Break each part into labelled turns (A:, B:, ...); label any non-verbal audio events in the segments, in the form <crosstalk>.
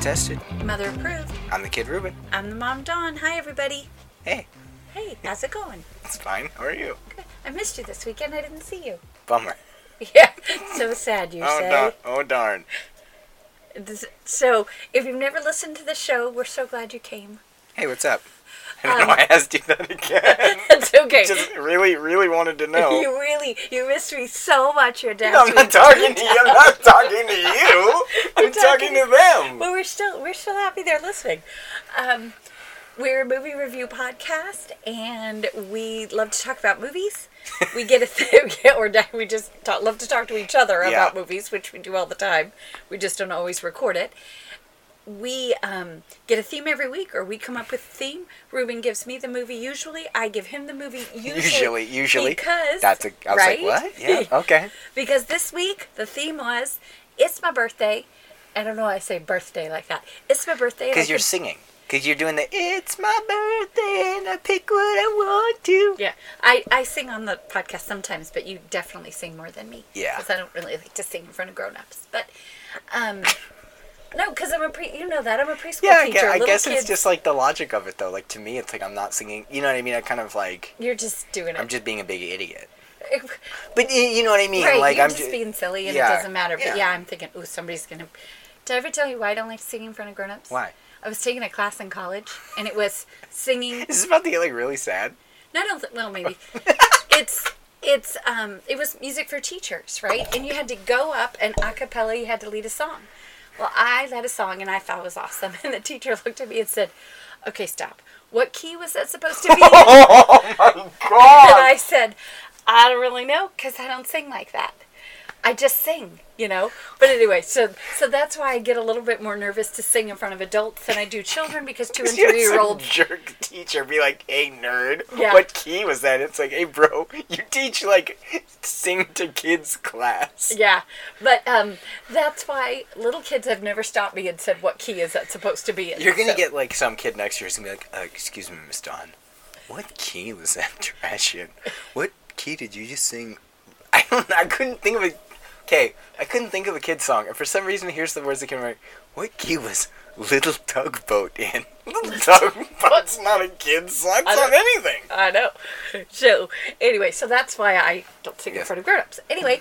A: tested.
B: Mother approved.
A: I'm the kid Ruben.
B: I'm the mom, Dawn. Hi, everybody.
A: Hey,
B: Hey, how's it going?
A: it's fine. How are you?
B: Good. I missed you this weekend. I didn't see you. <laughs>
A: Bummer.
B: Yeah, so sad, you
A: Oh
B: say.
A: darn. Oh darn.
B: This- So, if you've never listened to the show, we're so glad you came. <laughs>
A: Hey, what's up? I
B: Um,
A: don't know why I asked you that
B: <laughs>
A: again.
B: That's okay.
A: Just really, really wanted to know.
B: <laughs> You really, you missed me so much, your dad.
A: No, I'm not talking to you. I'm
B: <laughs>
A: not talking to you. I'm talking,
B: talking
A: to them.
B: Well, we're still we're still happy they're listening. Um, we're a movie review podcast, and we love to talk about movies. <laughs> We get a thing, or di- we just talk, love to talk to each other
A: Yeah.
B: about movies, which we do all the time. We just don't always record it. We um, get a theme every week, or we come up with a theme. Ruben gives me the movie usually. I give him the movie usually.
A: Usually, usually.
B: because
A: that's a. I was
B: right?
A: like, what?
B: <laughs>
A: Yeah. Okay.
B: Because this week the theme was it's my birthday. I don't know why I say birthday like that. It's my birthday.
A: Because
B: Because
A: you're singing. Because you're doing the. It's my birthday and I pick what I want to.
B: yeah. I I sing on the podcast sometimes, but you definitely sing more than me.
A: Yeah.
B: Because I don't really like to sing in front of grown-ups. But um, no, because I'm a pre. You know that I'm a preschool
A: Yeah, I
B: teacher.
A: guess, I
B: Little
A: guess it's
B: kids-
A: just like the logic of it though. Like to me, it's like I'm not singing. You know what I mean? I kind of like
B: You're just doing it.
A: I'm
B: <laughs>
A: just being a big idiot. But y- you know what I mean?
B: right,
A: like
B: you're
A: I'm
B: just
A: ju-
B: being silly, and
A: yeah,
B: it doesn't matter. But
A: yeah.
B: yeah, I'm thinking, ooh, somebody's gonna. Did I ever tell you why I don't like singing in front of grown-ups?
A: Why?
B: I was taking a class in college, and it was singing
A: Is this about to get like really sad?
B: No, I don't. Th- well,
A: <laughs>
B: maybe it's it's um it was music for teachers, right? And you had to go up and a cappella. You had to lead a song. Well, I led a song and I thought it was awesome. <laughs> And the teacher looked at me and said, "Okay, stop. What key was that supposed to be?" in?"
A: <laughs> Oh my
B: and
A: god!
B: I said, "I don't really know because I don't sing like that." I just sing, you know. But anyway, so so that's why I get a little bit more nervous to sing in front of adults than I do children because
A: <laughs>
B: two and
A: You're
B: three year
A: some
B: olds
A: jerk teacher be like, "Hey nerd,
B: Yeah.
A: what key was that?" It's like, "Hey bro, <laughs> you teach like sing to kids class."
B: <laughs> Yeah, but um, that's why little kids have never stopped me and said, "What key is that supposed to be in?"
A: You're gonna
B: So-
A: get like some kid next year who's gonna be like, uh, "Excuse me, Miss Dawn, what key was that <laughs> trash in? What key did you just sing?" <laughs> I don't. I couldn't think of a. Okay, I couldn't think of a kid song, and for some reason, here's the words that came right. What key was "Little Tugboat" in? <laughs>
B: <laughs>
A: Little Tugboat's not a kid song. It's
B: don't-
A: not anything.
B: I know. <laughs> So anyway, so that's why I don't sing
A: Yes.
B: in front of grown-ups. Anyway,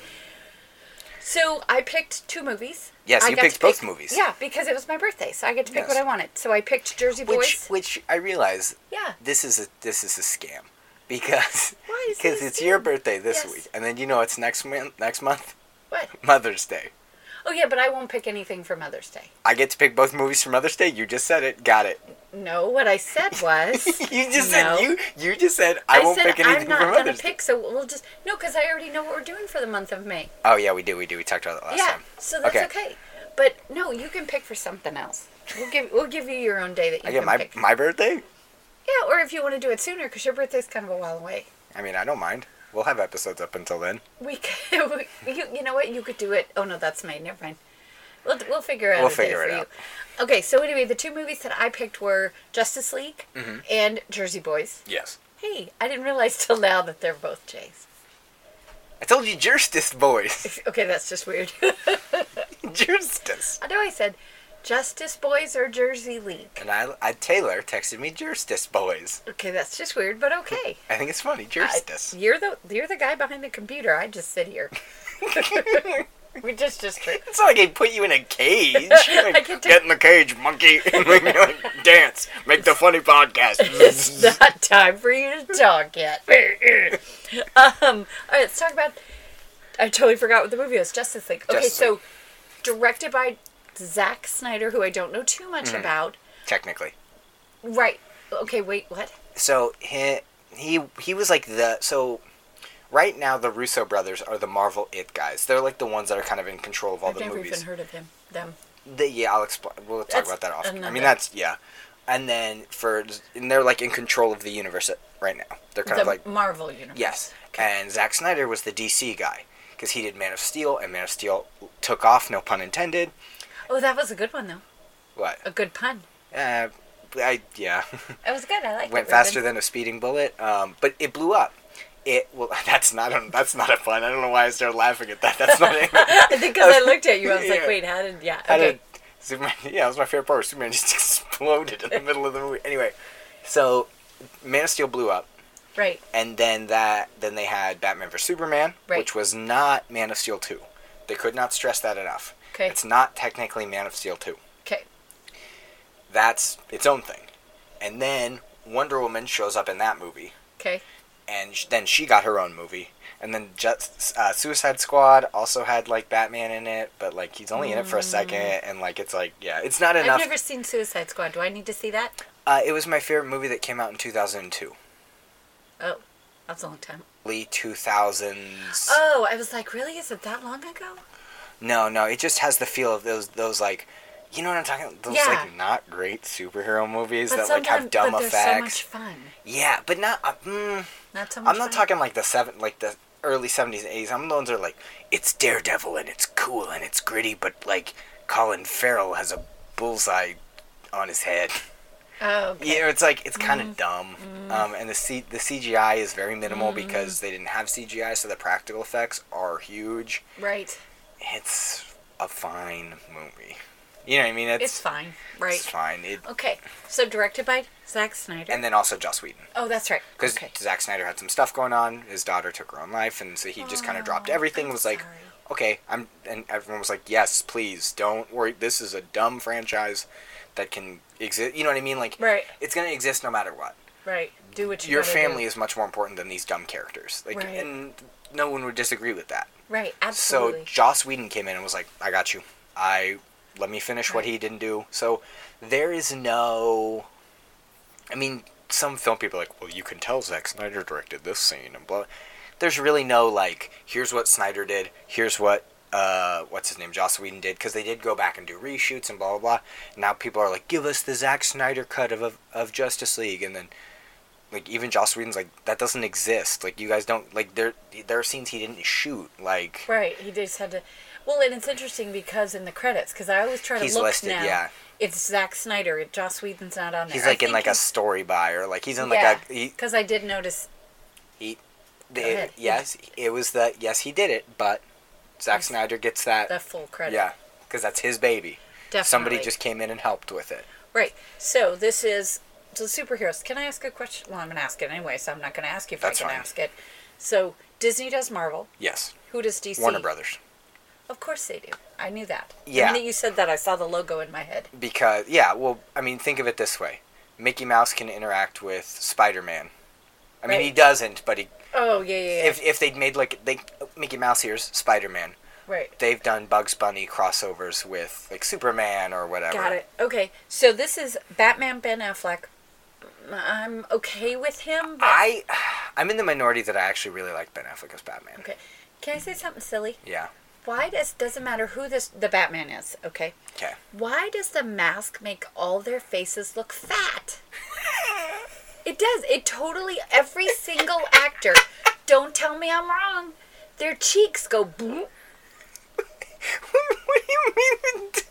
B: so I picked two movies.
A: Yes,
B: I
A: you
B: got
A: picked
B: to
A: both
B: pick-
A: movies.
B: Yeah, because it was my birthday, so I get to pick
A: Yes.
B: what I wanted. So I picked Jersey
A: Which,
B: Boys.
A: which I realize
B: yeah.
A: this is a this is a scam because
B: Why
A: <laughs>
B: is it
A: because
B: a
A: it's your
B: scam?
A: birthday this
B: Yes.
A: week, and then you know it's next month next month
B: What?
A: Mother's Day.
B: Oh yeah, but I won't pick anything for Mother's Day.
A: I get to pick both movies for Mother's Day. You just said it. Got it. <laughs>
B: No, what I said was
A: you just
B: No.
A: said you you just said I, won't
B: said
A: pick anything
B: I'm not
A: for
B: gonna
A: Mother's Day.
B: pick, so we'll just no, because I already know what we're doing for the month of May.
A: Oh yeah, we do. We do. We talked about that last
B: yeah,
A: time.
B: so that's
A: Okay.
B: okay. But no, you can pick for something else. We'll give we'll give you your own day that you
A: I get
B: can
A: my
B: pick.
A: my birthday.
B: yeah, or if you want to do it sooner, because your birthday's kind of a while away.
A: I mean, I don't mind. We'll have episodes up until then.
B: We <laughs> could, we- you you know what you could do it. Oh no, that's May. Never mind. We'll we'll figure out
A: We'll
B: a day
A: figure
B: for
A: it
B: you.
A: out.
B: Okay, so anyway, the two movies that I picked were Justice League
A: Mm-hmm.
B: and Jersey Boys.
A: Yes.
B: Hey, I didn't realize till now that they're both J's.
A: I told you, justice, boys.
B: <laughs>
A: <laughs>
B: Okay, that's just weird. <laughs>
A: justice.
B: I know I said Justice Boys or Jersey League.
A: And I, I Taylor texted me, justice, boys.
B: Okay, that's just weird, but okay.
A: I think it's funny,
B: I-
A: justice.
B: you're the you're the guy behind the computer. I just sit here. <laughs> we just just
A: It's not like they put you in a
B: <laughs>
A: cage.
B: I
A: Like,
B: can tell-
A: Get in the cage, monkey. <laughs> and then you're like, dance. Make the funny
B: <laughs> it's
A: podcast.
B: not time for you to
A: <laughs>
B: talk yet. um, all right, let's talk about. I totally forgot what the movie was. Justice League. Okay,
A: Justice
B: so directed by Zack Snyder, who I don't know too much
A: Mm.
B: about.
A: Technically.
B: Right. Okay. Wait. What?
A: so he he he was like the so right now the Russo brothers are the Marvel it guys. They're like the ones that are kind of in control of all
B: I've
A: the
B: never
A: movies.
B: even heard of him. Them.
A: The- yeah, I'll explain. We'll talk
B: That's
A: about that off. I
B: another-
A: mean, that's yeah. And then for and they're like in control of the universe right now. They're kind
B: the
A: of like
B: Marvel universe.
A: Yes. And Zack Snyder was the DC guy because he did Man of Steel, and Man of Steel took off, no pun intended.
B: Oh, that was a good one though.
A: What?
B: A good pun.
A: Uh, I yeah.
B: It was good. I like.
A: went
B: it,
A: faster
B: Ruben.
A: than a speeding bullet, um, but it blew up. It well, <laughs> that's not a, that's not a fun. I
B: <laughs>
A: don't know why I started laughing at that. That's not. it.
B: I think because I looked at you, I was
A: Yeah.
B: like, "Wait, how did? Yeah,
A: How
B: okay,
A: did Superman. <laughs> Yeah, that was my favorite part. Superman <laughs> just exploded in the middle of the movie. Anyway, so Man of Steel blew up,
B: Right.
A: and then that then they had Batman vs Superman,
B: Right.
A: which was not Man of Steel two. They could not stress that enough.
B: 'Kay.
A: It's not technically Man of Steel two.
B: Okay.
A: That's its own thing. And then Wonder Woman shows up in that movie,
B: Okay.
A: and sh- then she got her own movie. And then just uh, Suicide Squad also had like Batman in it, but like he's only in it for a second, and like it's like yeah, it's not enough.
B: Mm. I've never seen Suicide Squad. Do I need to see that?
A: Uh, it was my favorite movie that came out in 2002.
B: Oh, that's a long time.
A: Lee 2000s.
B: Oh, I was like, really? Is it that long ago?
A: No, no, it just has the feel of those those like you know what I'm talking about? Those
B: Yeah.
A: like not great superhero movies
B: But
A: that like have
B: sometime-
A: dumb
B: but they're so
A: effects.
B: much fun.
A: Yeah, but not uh, mm,
B: Not so much.
A: I'm not
B: fun.
A: talking like the seven like the early 70s and 80s. I'm the ones that are like it's Daredevil and it's cool and it's gritty but like Colin Farrell has a bullseye on his
B: <laughs>
A: head.
B: Oh, okay.
A: You know, it's like it's
B: Mm-hmm.
A: kind of dumb, um, and the C- the CGI is very minimal
B: Mm-hmm.
A: because they didn't have CGI, so the practical effects are huge.
B: right.
A: It's a fine movie. You know what I mean? It's,
B: It's fine. Right.
A: It's fine. It,
B: Okay. So directed by Zack Snyder.
A: and then also Joss Whedon,
B: oh, that's right.
A: because
B: okay.
A: Zack Snyder had some stuff going on. His daughter took her own life, and so he just kind of dropped everything. and was like,
B: Oh, sorry.
A: okay, I'm, and everyone was like, yes, please, don't worry. This is a dumb franchise that can exist. You know what I mean? Like,
B: Right.
A: it's gonna exist no matter what.
B: Right. Do what you
A: your
B: gotta
A: family
B: do.
A: is much more important than these dumb characters. Like,
B: Right.
A: and no one would disagree with that.
B: Right. Absolutely.
A: So Joss Whedon came in and was like, "I got you. I let me finish what
B: Right.
A: he didn't do." So there is no. I mean, some film people are like, "Well, you can tell Zack Snyder directed this scene," and blah. There's really no like, here's what Snyder did. Here's what. Uh, what's his name? Joss Whedon did because they did go back and do reshoots and blah blah blah. Now people are like, give us the Zack Snyder cut of, of of Justice League, and then like even Joss Whedon's like that doesn't exist. Like you guys don't like there there are scenes he didn't shoot. Like
B: Right. He just had to. Well, and it's interesting because in the credits, because I always try to
A: He's
B: look
A: listed,
B: now.
A: yeah.
B: It's Zack Snyder. Joss Whedon's not on there.
A: He's
B: I
A: like in
B: think
A: like a
B: he's-
A: story by or like he's in like
B: Yeah.
A: a he,
B: Because I did notice.
A: he
B: ahead.
A: it, yes it was the yes he did it but Zack
B: Yes.
A: Snyder gets that
B: The full credit.
A: yeah because that's his baby
B: Definitely.
A: somebody just came in and helped with it
B: Right. So this is so superheroes. Can I ask a question? Well, I'm gonna ask it anyway, so I'm not gonna ask you if
A: That's
B: I can
A: fine.
B: ask it. So Disney does Marvel.
A: yes
B: Who does DC?
A: Warner Brothers
B: Of course they do. I knew that.
A: Yeah.
B: The minute you said that, I saw the logo in my head.
A: because yeah well I mean think of it this way Mickey Mouse can interact with Spider Man I mean he
B: Right.
A: doesn't but he
B: Oh yeah, yeah, yeah.
A: if if they'd made like they Mickey Mouse hears Spider Man
B: right.
A: they've done Bugs Bunny crossovers with like Superman or whatever
B: Got it. Okay. So this is Batman Ben Affleck. I'm okay with him. But...
A: I I'm in the minority that I actually really like Ben Affleck as Batman.
B: Okay. Can I say something silly?
A: Yeah.
B: Why does doesn't matter who this the Batman is? Okay.
A: Okay. <laughs>
B: Why does the mask make all their faces look fat? It does. It totally, every single actor, don't tell me I'm wrong, their cheeks go boom.
A: what do you mean? It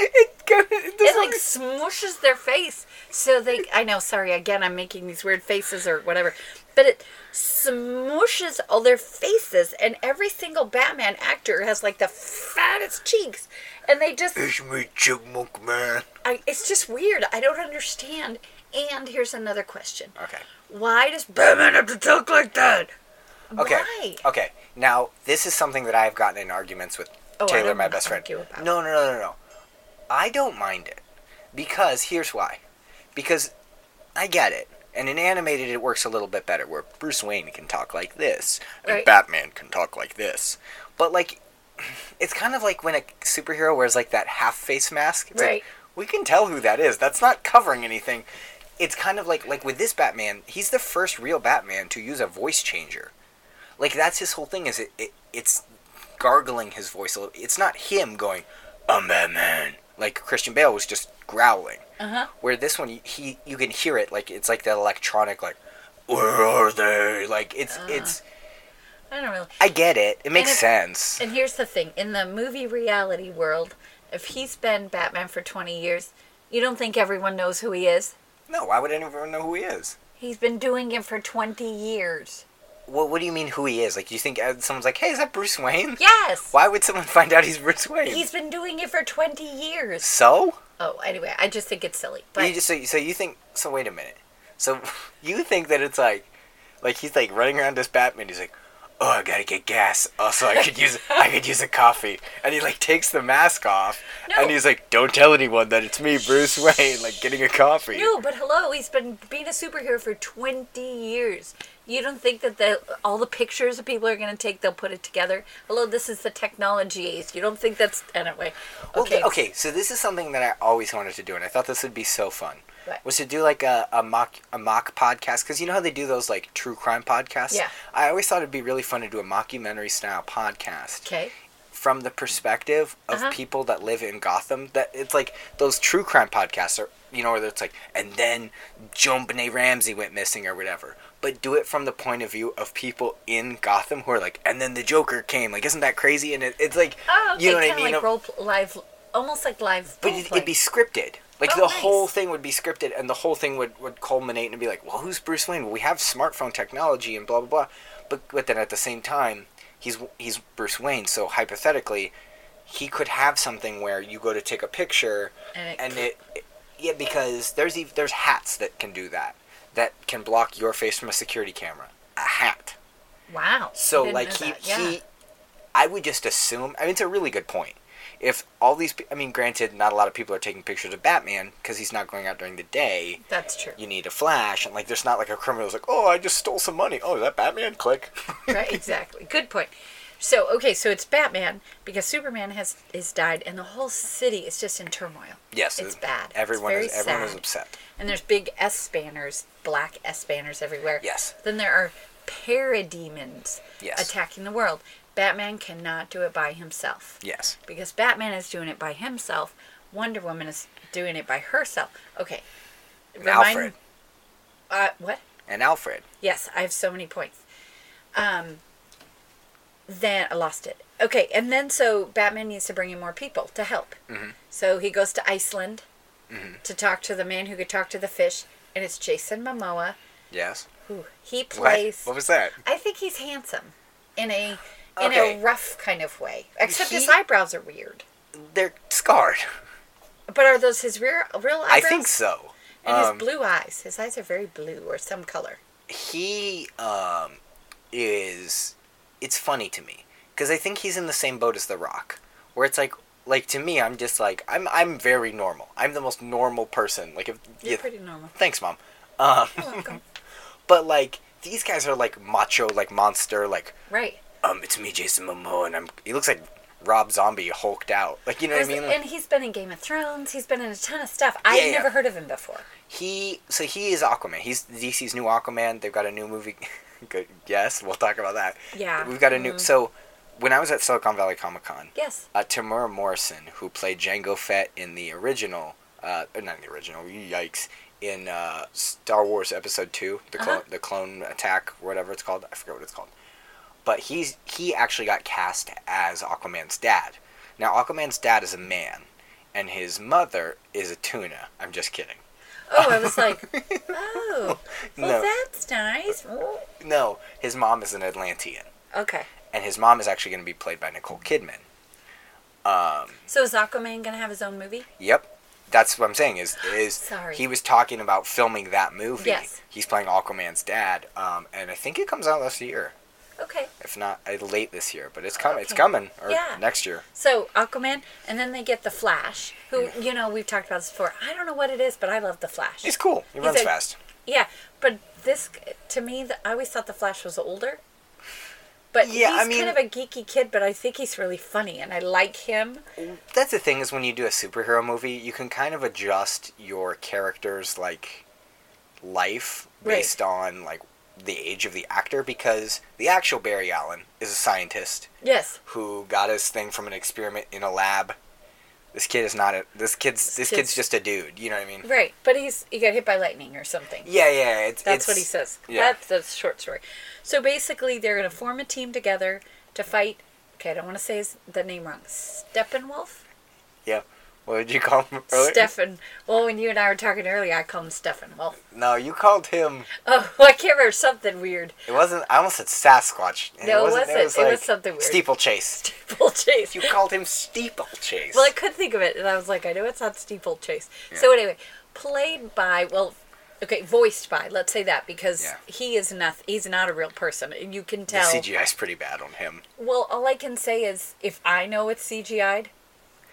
A: it, goes, it
B: It
A: doesn't
B: like smooshes their face. So they, I know, sorry, again, I'm making these weird faces or whatever, but it smooshes all their faces, and every single Batman actor has like the fattest cheeks, and they just
A: It's me, Chipmunk Man.
B: I, it's just weird. I don't understand. And here's another question.
A: Okay.
B: Why does Batman have to talk like that?
A: Okay.
B: Why?
A: Okay. Now this is something that I have gotten in arguments with
B: Oh, I
A: Taylor,
B: don't
A: my
B: wanna
A: best friend.
B: argue about
A: No, no, no, no, no. I don't mind it because here's why. Because I get it. And in animated, it works a little bit better, where Bruce Wayne can talk like this, and
B: Right.
A: Batman can talk like this. But like, <sighs> it's kind of like when a superhero wears like that half face mask. It's like,
B: Right.
A: we can tell who that is. That's not covering anything. It's kind of like like with this Batman, he's the first real Batman to use a voice changer. Like that's his whole thing. Is it, it it's gargling his voice a little. It's not him going, "I'm Batman." Like Christian Bale was just growling.
B: Uh-huh.
A: Where this one, he you can hear it. Like it's like that electronic like. Where are they? Like it's it's.
B: I don't really.
A: I get it. It makes
B: if-
A: sense.
B: And here's the thing in the movie reality world, if he's been Batman for 20 years, you don't think everyone knows who he is?
A: no, why would anyone know who he is?
B: He's been doing it for 20 years.
A: what, what do you mean who he is? Like, do you think uh, someone's like, hey, is that Bruce Wayne? <laughs>
B: Yes.
A: Why would someone find out he's Bruce Wayne?
B: He's been doing it for 20 years.
A: so?
B: Oh, anyway, I just think it's silly. But
A: you just, so, so you think, so wait a minute. So <laughs> you think that it's like, like he's like running around as Batman. He's like, oh, I gotta get gas. Also, I could use, I could use a coffee. And he like takes the mask off.
B: No.
A: And he's like, don't tell anyone that it's me, Bruce Wayne, like getting a coffee.
B: no, but hello, he's been being a superhero for 20 years. You don't think that the all the pictures that people are going to take, they'll put it together? Hello, this is the technology age. You don't think that's anyway?
A: Well,
B: Okay.
A: th- okay, so this is something that I always wanted to do, and I thought this would be so fun.
B: What?
A: Was to do like a, a mock a mock podcast because you know how they do those like true crime podcasts.
B: Yeah.
A: I always thought it'd be really fun to do a mockumentary style podcast
B: Okay.
A: from the perspective of
B: Uh-huh.
A: people that live in Gotham. That it's like those true crime podcasts are, you know, where it's like, and then Joan Benet Ramsey went missing or whatever. But do it from the point of view of people in Gotham who are like, and then the Joker came. Like, isn't that crazy? And it, it's like,
B: Oh, okay.
A: you know what I
B: kind of
A: mean?
B: like role pl- live, almost Oh, like live.
A: But
B: role
A: it,
B: play.
A: it'd be scripted. Like
B: Oh,
A: the
B: nice.
A: whole thing would be scripted, and the whole thing would, would culminate and be like, "Well, who's Bruce Wayne? Well, we have smartphone technology and blah blah blah." But but then at the same time, he's he's Bruce Wayne, so hypothetically, he could have something where you go to take a picture,
B: And
A: and
B: it
A: it, it- yeah, because there's ev- there's hats that can do that, that can block your face from a security camera. A hat.
B: wow. I
A: So
B: didn't
A: like
B: know
A: he
B: that. yeah.
A: he, I would just assume. I mean, it's a really good point. If all these, pe- I mean, granted, not a lot of people are taking pictures of Batman because he's not going out during the day.
B: That's true.
A: You need a flash, and like, there's not like a criminal who's like, oh, I just stole some money. Oh, is that Batman? Click. <laughs>
B: right exactly good point so okay so it's batman because superman has is died and the whole city is just in turmoil
A: yes,
B: it's
A: it-
B: bad
A: Everyone
B: it's very
A: is everyone is
B: sad.
A: upset.
B: and there's big s banners black s banners everywhere
A: Yes.
B: then there are parademons
A: Yes.
B: attacking the world batman cannot do it by himself
A: Yes.
B: because batman is doing it by himself wonder woman is doing it by herself okay
A: And Alfred
B: uh what
A: and Alfred.
B: Yes, I have so many points. Um, then I lost it. Okay, and then so Batman needs to bring in more people to help.
A: Mm-hmm.
B: So he goes to Iceland to talk to the man who could talk to the fish, and it's Jason Momoa
A: Yes.
B: who he
A: What?
B: plays.
A: What was that?
B: I think he's handsome, in a in
A: Okay.
B: a rough kind of way. Except his
A: He-
B: eyebrows are weird.
A: They're scarred.
B: But are those his real real
A: I
B: eyebrows?
A: think so.
B: And
A: Um,
B: his blue eyes. His eyes are very blue or some color.
A: he um, is it's funny to me because I think he's in the same boat as The Rock, where it's like like to me I'm just like I'm I'm very normal. I'm the most normal person. Like if
B: You're
A: yeah,
B: pretty normal.
A: thanks mom. Um,
B: You're welcome.
A: <laughs> but like these guys are like macho, like monster, like
B: right.
A: um it's me Jason Momoa and I'm he looks like Rob Zombie hulked out. Like you know what I
B: There's-
A: mean? Like,
B: and he's been in Game of Thrones. He's been in a ton of stuff. I've
A: Yeah, yeah.
B: never heard of him before.
A: he so he is Aquaman. He's DC's new Aquaman. They've got a new movie. <laughs> Good. Yes, we'll talk about that.
B: Yeah. Mm-hmm.
A: We've got a new. So when I was at Silicon Valley Comic Con,
B: Yes.
A: uh, Tamura Morrison, who played Django Fett in the original, uh, or not in the original, yikes, in uh, Star Wars Episode Two, the clone,
B: Uh-huh.
A: the clone attack, whatever it's called, I forget what it's called. But he's he actually got cast as Aquaman's dad. Now Aquaman's dad is a man, and his mother is a tuna. I'm just kidding.
B: Oh, I
A: <laughs>
B: was like, oh, well,
A: No.
B: that's nice.
A: No, his mom is an Atlantean,
B: Okay.
A: and his mom is actually going to be played by Nicole Kidman. Um,
B: So is Aquaman going to have his own movie?
A: Yep. That's what I'm saying. Is is
B: Sorry.
A: he was talking about filming that movie?
B: Yes.
A: He's playing Aquaman's dad, um, and I think it comes out this year,
B: Okay.
A: if not uh, late this year. But it's coming. It's
B: Okay.
A: coming or
B: Yeah.
A: next year.
B: So Aquaman, and then they get the Flash, who you know we've talked about this before. I don't know what it is, but I love the Flash.
A: He's cool. He
B: He's
A: runs
B: a-
A: fast.
B: Yeah, but this to me, the, I always thought the Flash was older. But
A: Yeah,
B: he's
A: I mean-
B: kind of a geeky kid, but I think he's really funny, and I like him.
A: That's the thing is when you do a superhero movie, you can kind of adjust your character's like life
B: Right.
A: based on like the age of the actor because the actual Barry Allen is a scientist.
B: Yes.
A: who got his thing from an experiment in a lab. This kid is not a. This kid's. This
B: kid's-
A: kid's just a dude. You know what I mean?
B: Right, but he's he got hit by lightning or something.
A: Yeah, yeah. It's,
B: That's what he
A: it's-
B: says.
A: yeah.
B: That's the short story. So basically, they're going to form a team together to fight. Okay, I don't want to say his, the name wrong. Steppenwolf.
A: Yeah. What did you call him earlier?
B: Stefan. Well, when you and I were talking earlier, I called him Stefan. Well,
A: No, you called him.
B: oh, <laughs> I can't remember something weird. <laughs>
A: It wasn't. I almost said Sasquatch. and
B: No, it
A: It
B: wasn't.
A: was,
B: It was
A: like
B: something weird.
A: Steeplechase.
B: Steeplechase. <laughs>
A: You called him Steeplechase.
B: Well, I could think of it, and I was like, I know it's not steeplechase. So anyway, played by well, okay, voiced by. Let's say that because
A: Yeah.
B: he is not he's not a real person, and you can
A: the
B: tell.
A: CGI's pretty bad on him.
B: Well, all I can say is if I know it's CGI'd,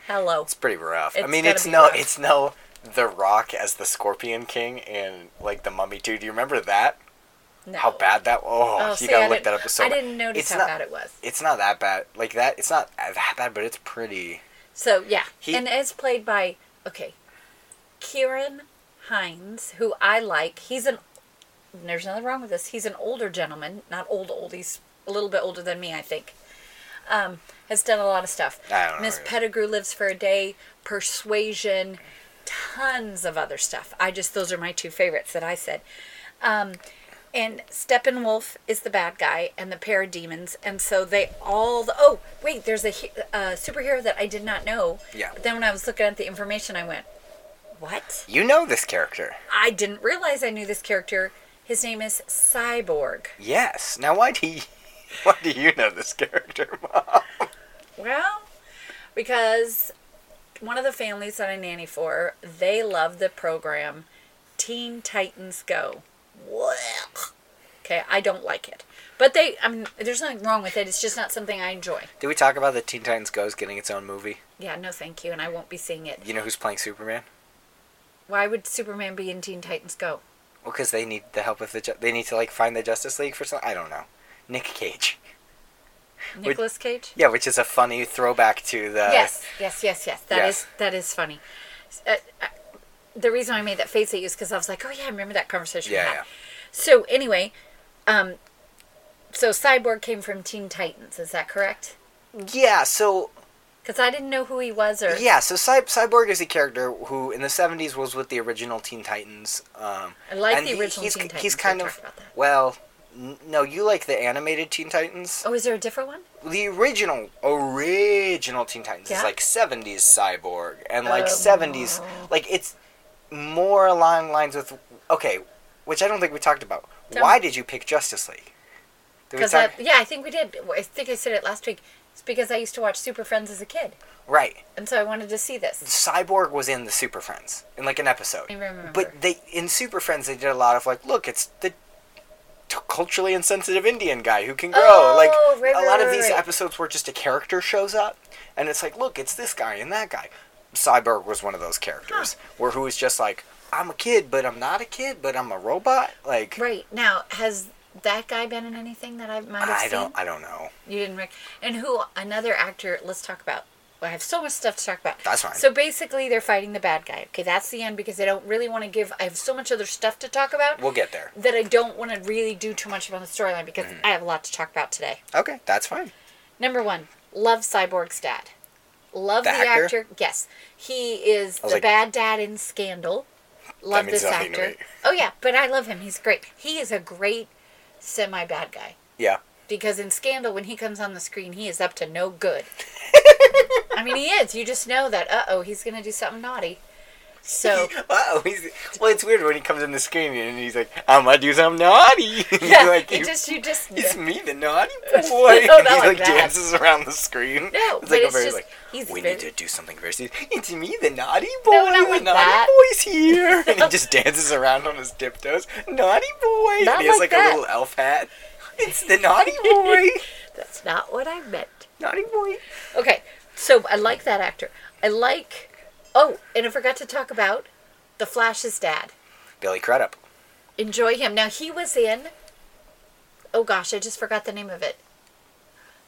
B: hello.
A: It's pretty rough. I
B: It's
A: mean,
B: gotta
A: it's
B: be
A: no,
B: rough.
A: it's no The Rock as the Scorpion King and like the Mummy too. Do you remember that?
B: No.
A: How bad that? Oh,
B: Oh,
A: you
B: see,
A: gotta
B: I
A: look
B: didn't-
A: that up. It's so
B: I
A: bad.
B: didn't notice
A: It's
B: how
A: not-
B: bad it was.
A: It's not that bad. Like that. It's not that bad, but it's pretty.
B: So yeah,
A: He-
B: and it's played by okay, Kieran Hines, who I like. He's an there's nothing wrong with this. He's an older gentleman, not old old. He's a little bit older than me, I think. Um, has done a lot of stuff.
A: I don't know
B: Miss
A: who he is.
B: Pettigrew lives for a day. Persuasion, tons of other stuff. I just those are my two favorites that I said. Um, and Steppenwolf is the bad guy, and the parademons, and so they all. oh, wait, there's a he- uh, superhero that I did not know.
A: Yeah.
B: But then when I was looking at the information, I went, "What?
A: You know this character.
B: I didn't realize I knew this character. His name is Cyborg.
A: Yes. Now, why do you, <laughs> why do you know this character, <laughs> Mom?
B: Well, because one of the families that I nanny for, they love the program Teen Titans Go. Blech. Okay, I don't like it. But they, I mean, there's nothing wrong with it. It's just not something I enjoy.
A: Did we talk about the Teen Titans Go's getting its own movie?
B: Yeah, no, thank you. And I won't be seeing it.
A: You know who's playing Superman?
B: Why would Superman be in Teen Titans Go?
A: Well, because they need the help of the. Ju- they need to like find the Justice League for something. I don't know. Nick Cage. <laughs>
B: Nicolas Cage?
A: Yeah, which is a funny throwback to the.
B: yes, yes, yes, yes. That is
A: Yes.
B: that is funny. Uh, uh, the reason I made that face at you is because I was like, oh yeah, I remember that conversation. we
A: Yeah,
B: had.
A: yeah.
B: So anyway, um, so Cyborg came from Teen Titans. Is that correct?
A: Yeah. So
B: Because I didn't know who he was or
A: yeah. So Cy- Cyborg is a character who in the '70s was with the original Teen Titans. Um,
B: I like
A: and
B: the
A: he-
B: original
A: he's,
B: Teen Titans.
A: He's
B: We
A: kind
B: talked
A: of
B: about that.
A: well. n- No, you like the animated Teen Titans.
B: Oh, is there a different one?
A: the original original Teen Titans
B: Yeah.
A: is like 70s cyborg and like
B: Oh.
A: 70s like it's more along lines with okay, which I don't think we talked about.
B: Tell
A: Why
B: me.
A: did you pick Justice League? Did we
B: Because
A: talk,
B: yeah, I think we did. I think I said it last week. It's because I used to watch Super Friends as a kid,
A: right.
B: and so I wanted to see this.
A: Cyborg was in the Super Friends in like an episode.
B: I remember.
A: But they in Super Friends they did a lot of like look, it's the t- culturally insensitive Indian guy who can grow.
B: Oh,
A: like a
B: right, right,
A: lot of
B: right,
A: these
B: right.
A: episodes where just a character shows up and it's like, look, it's this guy and that guy. Cyborg was one of those characters where who was just like, I'm a kid, but I'm not a kid, but I'm a robot. Like
B: right now, has that guy been in anything that I might have
A: I
B: seen?
A: don't I don't know.
B: You didn't rec- and who another actor? Let's talk about. Well, I have so much stuff to talk about.
A: That's fine.
B: So basically, they're fighting the bad guy. Okay, that's the end because I don't really want to give. I have so much other stuff to talk about
A: We'll get there.
B: that I don't want to really do too much about the storyline because
A: Mm.
B: I have a lot to talk about today.
A: Okay, that's fine.
B: Number one, love Cyborg's dad. Love
A: The
B: the,
A: actor?
B: actor? Yes, he is the
A: was like-
B: bad dad in Scandal. Love
A: means
B: this
A: nothing to
B: actor.
A: me.
B: Oh yeah, but I love him. He's great. He is a great semi bad guy
A: Yeah.
B: because in Scandal, when he comes on the screen, he is up to no good.
A: <laughs>
B: I mean, he is. You just know that. Uh oh, he's gonna do something naughty. So <laughs>
A: Wow, he's, well, it's weird when he comes in the screen and he's like, "I'm gonna do something naughty." <laughs>
B: yeah,
A: <laughs> like,
B: it
A: you-
B: just you just
A: It's
B: no,
A: me, the naughty boy.
B: <laughs> It's not
A: And he
B: like
A: like
B: that.
A: dances around the screen.
B: but it's just he's
A: we
B: very,
A: need to do something very serious. It's me, the naughty boy.
B: No, not
A: the
B: like
A: naughty
B: that.
A: boy's here,
B: <laughs>
A: and he just dances around on his tiptoes. Naughty boy.
B: Not
A: and he has like
B: like
A: a
B: that.
A: little elf hat. It's the naughty
B: <laughs>
A: boy.
B: That's not what I meant.
A: naughty boy.
B: Okay, so I like that actor. I like. Oh, and I forgot to talk about the Flash's dad.
A: Billy Crudup.
B: Enjoy him. Now he was in. Oh gosh, I just forgot the name of it.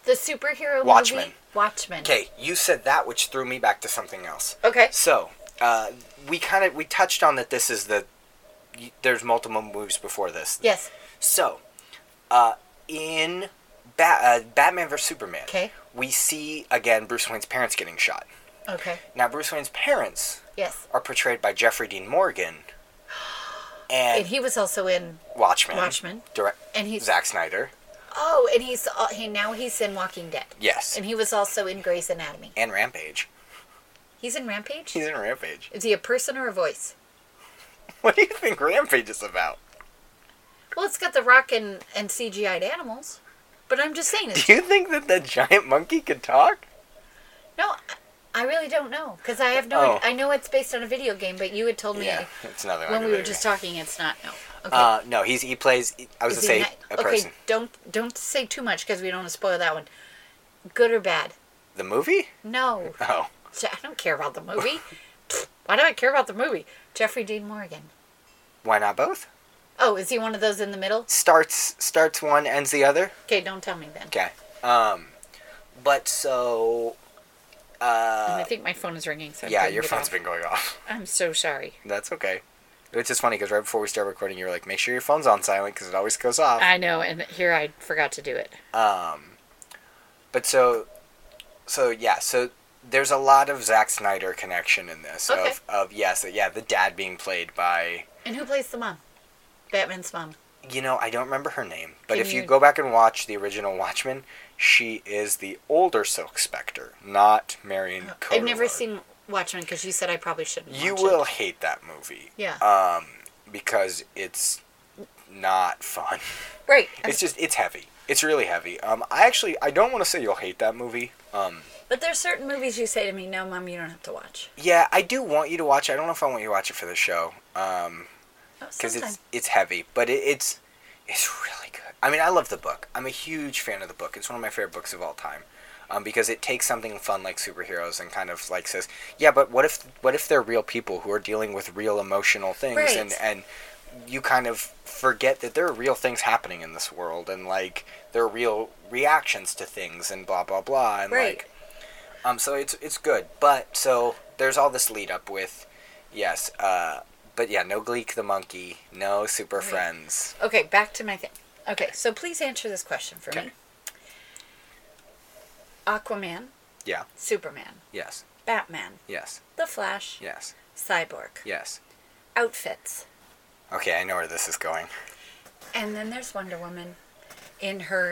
B: The superhero
A: Watchmen.
B: movie Watchmen.
A: Okay, you said that, which threw me back to something else.
B: Okay.
A: So, uh, we kind of we touched on that. This is the y- there's multiple movies before this.
B: Yes.
A: So, uh, in Ba- uh, Batman vs Superman,
B: Okay.
A: we see again Bruce Wayne's parents getting shot.
B: Okay.
A: Now, Bruce Wayne's parents
B: Yes.
A: are portrayed by Jeffrey Dean
B: <gasps>
A: Morgan and,
B: And he was also in
A: Watchmen.
B: Watchmen.
A: Direct.
B: And he's
A: Zack Snyder.
B: oh, and he's uh, he now he's in Walking Dead,
A: Yes.
B: and he was also in Grey's Anatomy.
A: and Rampage.
B: He's in Rampage?
A: He's in Rampage. <laughs>
B: Is he a person or a voice?
A: What do you think Rampage is about?
B: Well, it's got the rock and, and CGI'd animals. But I'm just
A: <laughs>
B: saying, it's,
A: Do you think that that giant monkey could talk?
B: no, I really don't know because I have no.
A: Oh.
B: I know it's based on a video game, but you had told me
A: Yeah, it's nothing. like
B: when
A: a
B: we were
A: video
B: just
A: game.
B: talking, it's not. No. Okay.
A: Uh, no, he's he plays. I was
B: Is
A: gonna say
B: he not-
A: a
B: okay,
A: person.
B: don't don't say too much because we don't want to spoil that one. Good or bad?
A: The movie?
B: No,
A: Oh,
B: Je- I don't care about
A: <laughs>
B: the movie. Pfft, Why do I care about the movie? Jeffrey Dean Morgan.
A: why not both?
B: Oh, is he one of those in the middle?
A: Starts starts one, ends the other.
B: Okay, don't tell me then.
A: Okay. Um, but so.
B: And
A: Uh,
B: I think my phone is ringing. So I'm
A: yeah,
B: cutting
A: your
B: it
A: phone's
B: off.
A: been going off. <laughs>
B: I'm so sorry.
A: That's okay. It's just funny because right before we start recording, you were like, "Make sure your phone's on silent because it always goes off."
B: I know, and here I forgot to do it. Uh.
A: Um, but so, so yeah, so there's a lot of Zack Snyder connection in this.
B: Okay.
A: Of, of yes, yeah, the dad being played by
B: And who plays the mom? Batman's mom.
A: you know I don't remember her name, but
B: Can
A: if you
B: you-
A: go back and watch the original Watchmen, she is the older Silk Spectre, not Marion.
B: I've never
A: Cotillard.
B: seen Watchmen because you said I probably shouldn't.
A: You
B: watch it.
A: will hate that movie.
B: Yeah.
A: Um, because it's not
B: <laughs>
A: fun.
B: Right. I
A: It's just it's heavy. It's really heavy. Um, I actually I don't want to say you'll hate that movie. Um,
B: But there's certain movies you say to me, no, mom, you don't have to watch.
A: yeah, I do want you to watch. it. I don't know if I want you to watch it for the show. Um,
B: Oh,
A: because
B: sometime.
A: it's it's heavy, but it, it's it's really good. I mean, I love the book. I'm a huge fan of the book. It's one of my favorite books of all time, um, because it takes something fun like superheroes and kind of like says, yeah, but what if what if they're real people who are dealing with real emotional things
B: Right.
A: and and you kind of forget that there are real things happening in this world and like there are real reactions to things and blah blah blah and
B: Right.
A: like um so it's it's good but so there's all this lead up with yes uh but yeah no gleek the monkey no super friends
B: Okay, back to my thing. Okay, so please answer this question for me.
A: Okay.
B: Aquaman,
A: yeah
B: Superman,
A: yes
B: Batman,
A: yes
B: The Flash,
A: yes
B: Cyborg,
A: yes
B: outfits.
A: okay i know where this is going <laughs>
B: And then there's Wonder Woman in her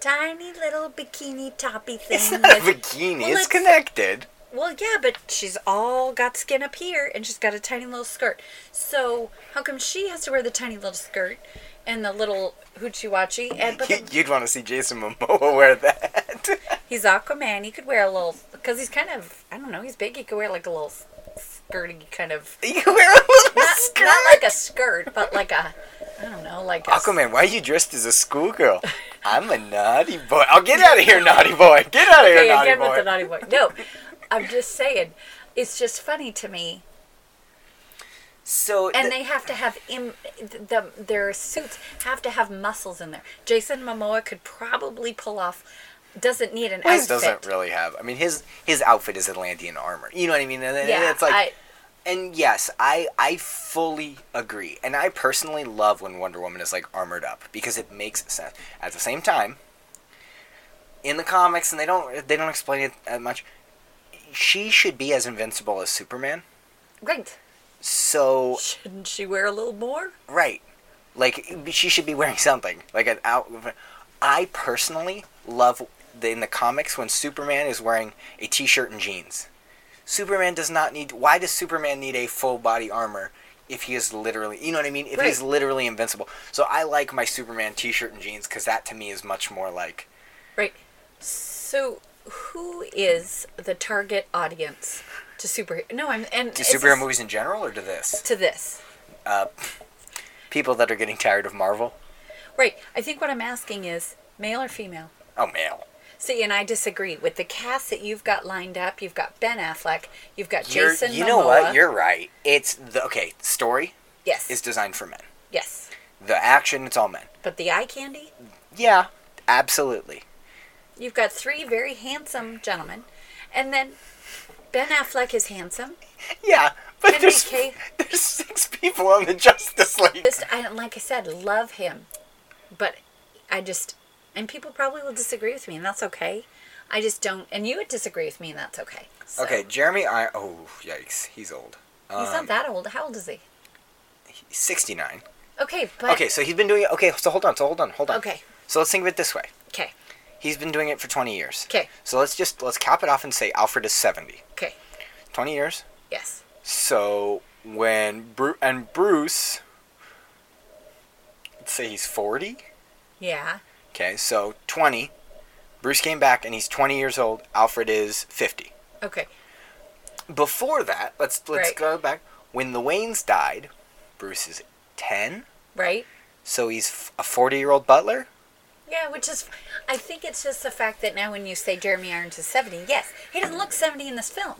B: tiny little bikini toppy thing.
A: it's not a
B: with-
A: bikini
B: Well,
A: it's
B: let's-
A: connected
B: Well, yeah, but she's all got skin up here and she's got a tiny little skirt. So, how come she has to wear the tiny little skirt and the little hoochie watchie? And but the,
A: you'd want to see jason momoa wear that <laughs>
B: he's Aquaman. He could wear a little because he's kind of I don't know. He's big. He could wear like a little s- skirty kind of
A: you can wear a little
B: not,
A: skirt
B: not like a skirt, but like a I don't know, like a, s-
A: Aquaman, why are you dressed as a schoolgirl? I'm a naughty boy. I'll get out of here, naughty boy. Get out of here,
B: Okay,
A: naughty
B: again
A: boy.
B: with the naughty boy. No, I'm just saying, it's just funny to me
A: so,
B: and
A: th-
B: they have to have Im- the, their suits have to have muscles in there. Jason Momoa could probably pull off. Doesn't need an
A: his
B: outfit.
A: doesn't really have. I mean, his his outfit is Atlantean armor. You know what I mean? And, and
B: yeah,
A: it's like,
B: I,
A: and yes, I I fully agree. And I personally love when Wonder Woman is like armored up because it makes sense. At the same time, in the comics, and they don't they don't explain it that much. She should be as invincible as Superman.
B: right.
A: So
B: Shouldn't she wear a little more?
A: Right. Like she should be wearing something like an out. I personally love the, in the comics when Superman is wearing a t-shirt and jeans. Superman does not need. Why does Superman need a full body armor if he is literally, you know what I mean? If he's
B: Right.
A: literally invincible. So I like my Superman t-shirt and jeans because that to me is much more like.
B: Right. So, who is the target audience to superhero? No, I'm and
A: Do
B: it's
A: superhero
B: just-
A: movies in general or to this?
B: to this.
A: People that are getting tired of Marvel.
B: Right. I think what I'm asking is male or female.
A: Oh, male.
B: See, and I disagree with the cast that you've got lined up. You've got Ben Affleck. You've got
A: You're-
B: Jason.
A: you know what?
B: Momoa.
A: You're right. It's the okay. Story
B: yes.
A: is designed for men.
B: yes.
A: The action, it's all men.
B: But the eye candy.
A: Yeah, absolutely. <laughs>
B: You've got three very handsome gentlemen, and then Ben Affleck is handsome.
A: Yeah, but
B: And
A: there's
B: BK.
A: <laughs> there's six people on the Justice League.
B: Just I like I said, love him, but I just and people probably will disagree with me, and that's okay. I just don't, and you would disagree with me, and that's okay. So,
A: Okay, um, Jeremy. I oh yikes, he's old.
B: he's not that old. How old is he?
A: He's sixty nine.
B: Okay, but
A: Okay, so he's been doing it. Okay, so hold on, so hold on, hold on.
B: Okay.
A: So let's think of it this way.
B: okay,
A: He's been doing it for twenty years.
B: Okay.
A: So let's just let's cap it off and say Alfred is seventy.
B: okay.
A: 20 years.
B: Yes.
A: So when Bru- and Bruce, let's say he's 40.
B: Yeah.
A: Okay, so 20. Bruce came back and he's 20 years old. Alfred is 50.
B: Okay.
A: Before that, let's let's
B: Right.
A: go back. When the Waynes died, Bruce is 10.
B: Right.
A: So he's f- a 40-year-old butler.
B: Yeah, which is, I think it's just the fact that now when you say Jeremy Irons is 70, yes, he doesn't look 70 in this film.